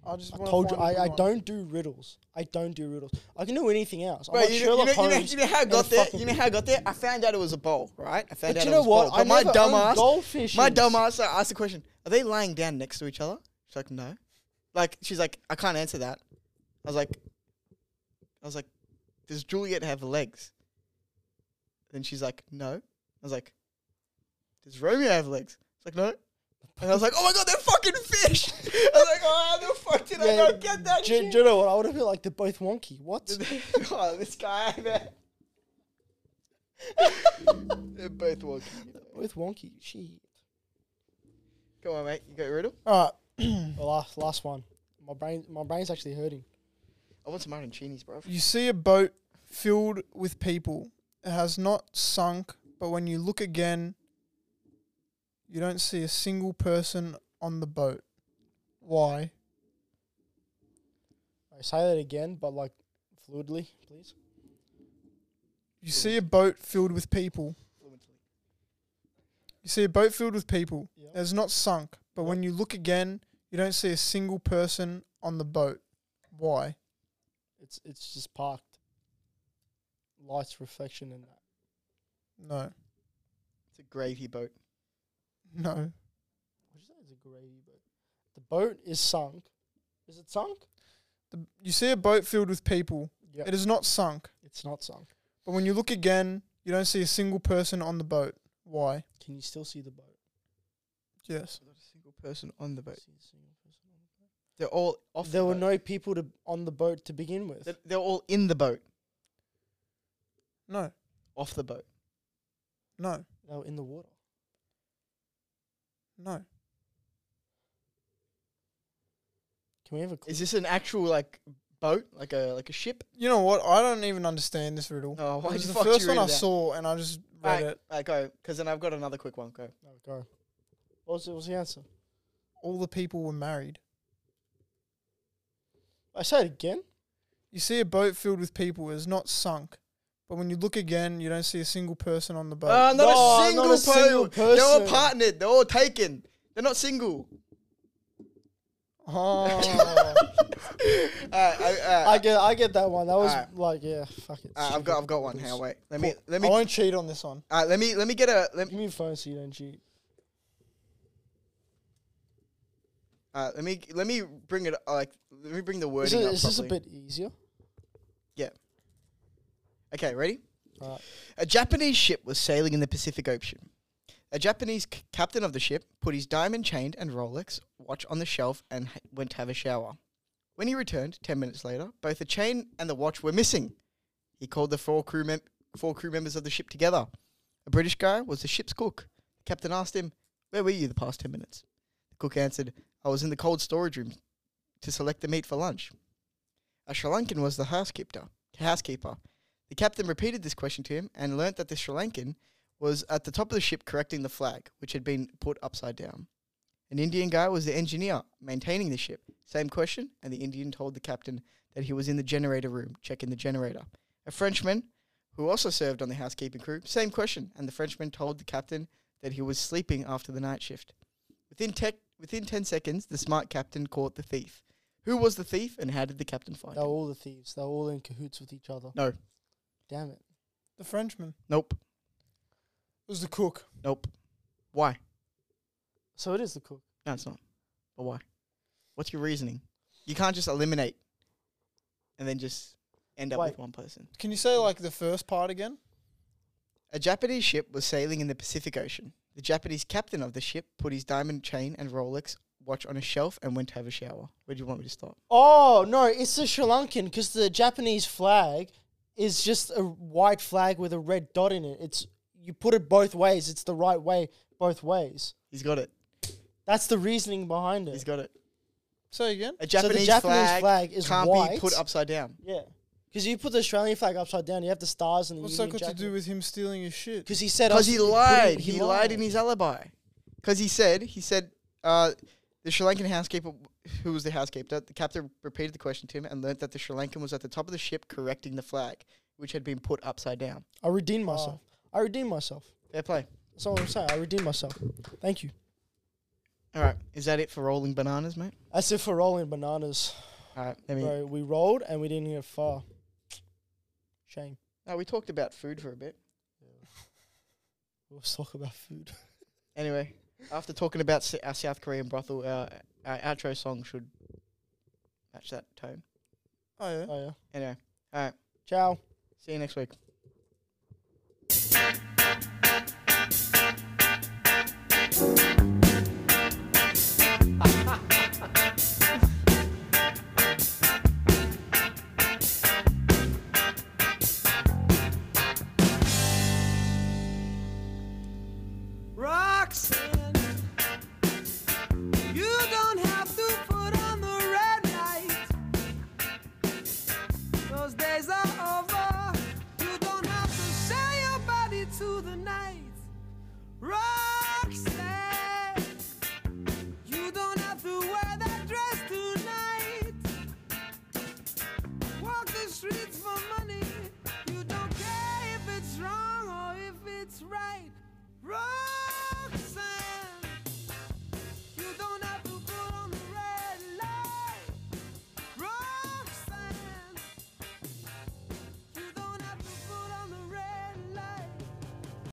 S1: I just
S2: I
S1: wanna
S2: told you,
S1: find a good
S2: I, I
S1: one.
S2: don't do riddles. I don't do riddles. I can do anything else. I'm
S3: Bro,
S2: like
S3: you, know, you,
S2: Sherlock
S3: know, you, know,
S2: Holmes.
S3: you know how I
S2: and
S3: got
S2: a
S3: there?
S2: fucking-
S3: You know how I got there? I found out it was a bowl, right? I found
S2: But
S3: out
S2: you
S3: it
S2: know
S3: was a
S2: what?
S3: bowl.
S2: I
S3: But my
S2: never
S3: dumb
S2: owned
S3: ass,
S2: goldfishes.
S3: my dumb ass, I asked the question: Are they lying down next to each other? She's like, no. Like she's like, I can't answer that. I was like, I was like, does Juliet have legs? Then she's like, no. I was like, does Romeo have legs? She's like, no. And I was like, oh my god, they're fucking fish. I was like, oh, how the fuck did I
S2: Yeah,
S3: not get that
S2: Do,
S3: shit?
S2: do you know what? I would have been like, they're both wonky. What?
S3: oh, this guy, man. They're both walking.
S2: both wonky. She.
S3: Come on, mate. You got rid of
S1: All
S2: The last, last one. My brain, my brain's actually hurting.
S3: I want some martinis, bro.
S1: You see a boat filled with people. It has not sunk, but when you look again, you don't see a single person on the boat. Why?
S2: I say that again, but like fluidly, please.
S1: You see a boat filled with people. You see a boat filled with people.
S2: Yep.
S1: It has not sunk, but when you look again, you don't see a single person on the boat. Why?
S2: It's it's just parked. Lights, reflection, and that.
S1: No.
S3: It's a gravy boat.
S1: No.
S2: What is that? It's a gravy boat. The boat is sunk. Is it sunk?
S1: The, you see a boat filled with people.
S2: Yeah.
S1: It has not sunk,
S2: It's not sunk.
S1: but when you look again, you don't see a single person on the boat. Why?
S2: Can you still see the boat?
S1: Yes.
S3: Not a single person on the boat.
S2: See the single person on the boat?
S3: They're all off.
S2: There
S3: the
S2: were
S3: boat.
S2: no people to on the boat to begin with.
S3: They're, they're all in the boat.
S1: No.
S3: Off the boat.
S1: No.
S2: They were in the water.
S1: No.
S2: Can we have a clue?
S3: Is this an actual like boat, like a like a ship?
S1: You know what? I don't even understand this riddle.
S3: Oh, why
S1: it was
S3: the
S1: the
S3: fuck
S1: first
S3: you
S1: one
S3: read
S1: I
S3: that?
S1: saw, and I just read
S3: Alright,
S1: it.
S3: alright, go. Because then I've got another quick one. Go.
S2: No, go. What was, what was the answer?
S1: All the people were married.
S2: I say it again.
S1: You see a boat filled with people. It has not sunk, but when you look again, you don't see a single person on the boat.
S3: Ah, not,
S2: No,
S3: a single,
S2: not a single
S3: person. They're all
S2: person.
S3: partnered. They're all taken. They're not single.
S1: oh.
S3: Alright, I- alright,
S2: Uh, I get, I get that one. That was
S3: Alright.
S2: like, yeah, fuck it.
S3: alright, I've got I've got one. Hang on, wait. Let me
S1: I
S3: let me
S1: won't cheat on this one.
S3: alright, Uh, let me let me get a let
S2: Give me your phone so you don't cheat.
S3: Uh, let me let me bring it uh, like let me bring the
S2: Is,
S3: wording
S2: it-
S3: up
S2: is Mm-hmm. this a
S3: properly.
S2: bit easier?
S3: Okay, ready?
S2: Alright.
S3: A Japanese ship was sailing in the Pacific Ocean. A Japanese c- captain of the ship put his diamond chain and Rolex watch on the shelf and h- went to have a shower. When he returned ten minutes later, both the chain and the watch were missing. He called the four crew mem- four crew members of the ship together. A British guy was the ship's cook. The captain asked him, "Where were you the past ten minutes?" The cook answered, "I was in the cold storage room to select the meat for lunch." A Sri Lankan was the housekeeper. Housekeeper. The captain repeated this question to him and learnt that the Sri Lankan was at the top of the ship correcting the flag, which had been put upside down. An Indian guy was the engineer maintaining the ship. Same question, and the Indian told the captain that he was in the generator room checking the generator. A Frenchman, who also served on the housekeeping crew, same question, and the Frenchman told the captain that he was sleeping after the night shift. Within, tec within 10 seconds, the smart captain caught the thief. Who was the thief, and how did the captain find
S2: They're
S3: him?
S2: all the thieves. They're all in cahoots with each other.
S3: No.
S2: Damn it.
S1: The Frenchman
S3: Nope.
S1: was the cook.
S3: Nope. Why?
S2: So it is the cook.
S3: No, it's not. But why? What's your reasoning? You can't just eliminate and then just end up
S2: Wait.
S3: with one person.
S1: Can you say like the first part again?
S3: A Japanese ship was sailing in the Pacific Ocean. The Japanese captain of the ship put his diamond chain and Rolex watch on a shelf and went to have a shower. Where do you want me to stop?
S2: Oh, no, it's the Sri Lankan because the Japanese flag is just a white flag with a red dot in it. It's You put it both ways. It's the right way both ways.
S3: He's got it.
S2: That's the reasoning behind it.
S3: He's got it.
S1: Say again.
S3: A
S2: So the
S3: Japanese,
S2: Japanese
S3: flag,
S2: flag is
S3: can't be
S2: white.
S3: put upside down.
S2: Yeah. Because you put the Australian flag upside down, you have the stars and the
S1: What's that got to do with him stealing his shit?
S2: Because he said
S3: Because
S2: us-
S3: he
S2: put it-
S3: lied. He, lied in his alibi. Because he said he said uh, The Sri Lankan housekeeper, who was the housekeeper, the captain repeated the question to him and learnt that the Sri Lankan was at the top of the ship correcting the flag, which had been put upside down.
S2: I redeemed myself.
S1: Oh.
S2: I redeemed myself.
S3: Fair play.
S2: That's all I'm saying. I redeemed myself. Thank you.
S3: All right, is that it for rolling bananas, mate?
S2: That's it for rolling bananas.
S3: All right, let me.
S2: Bro, we rolled and we didn't get far. Shame.
S3: No, we talked about food for a bit.
S2: We'll talk about food.
S3: Anyway, after talking about s- our South Korean brothel, our, our outro song should match that tone.
S1: Oh yeah.
S2: Oh yeah.
S3: Anyway, all right.
S2: Ciao.
S3: See you next week.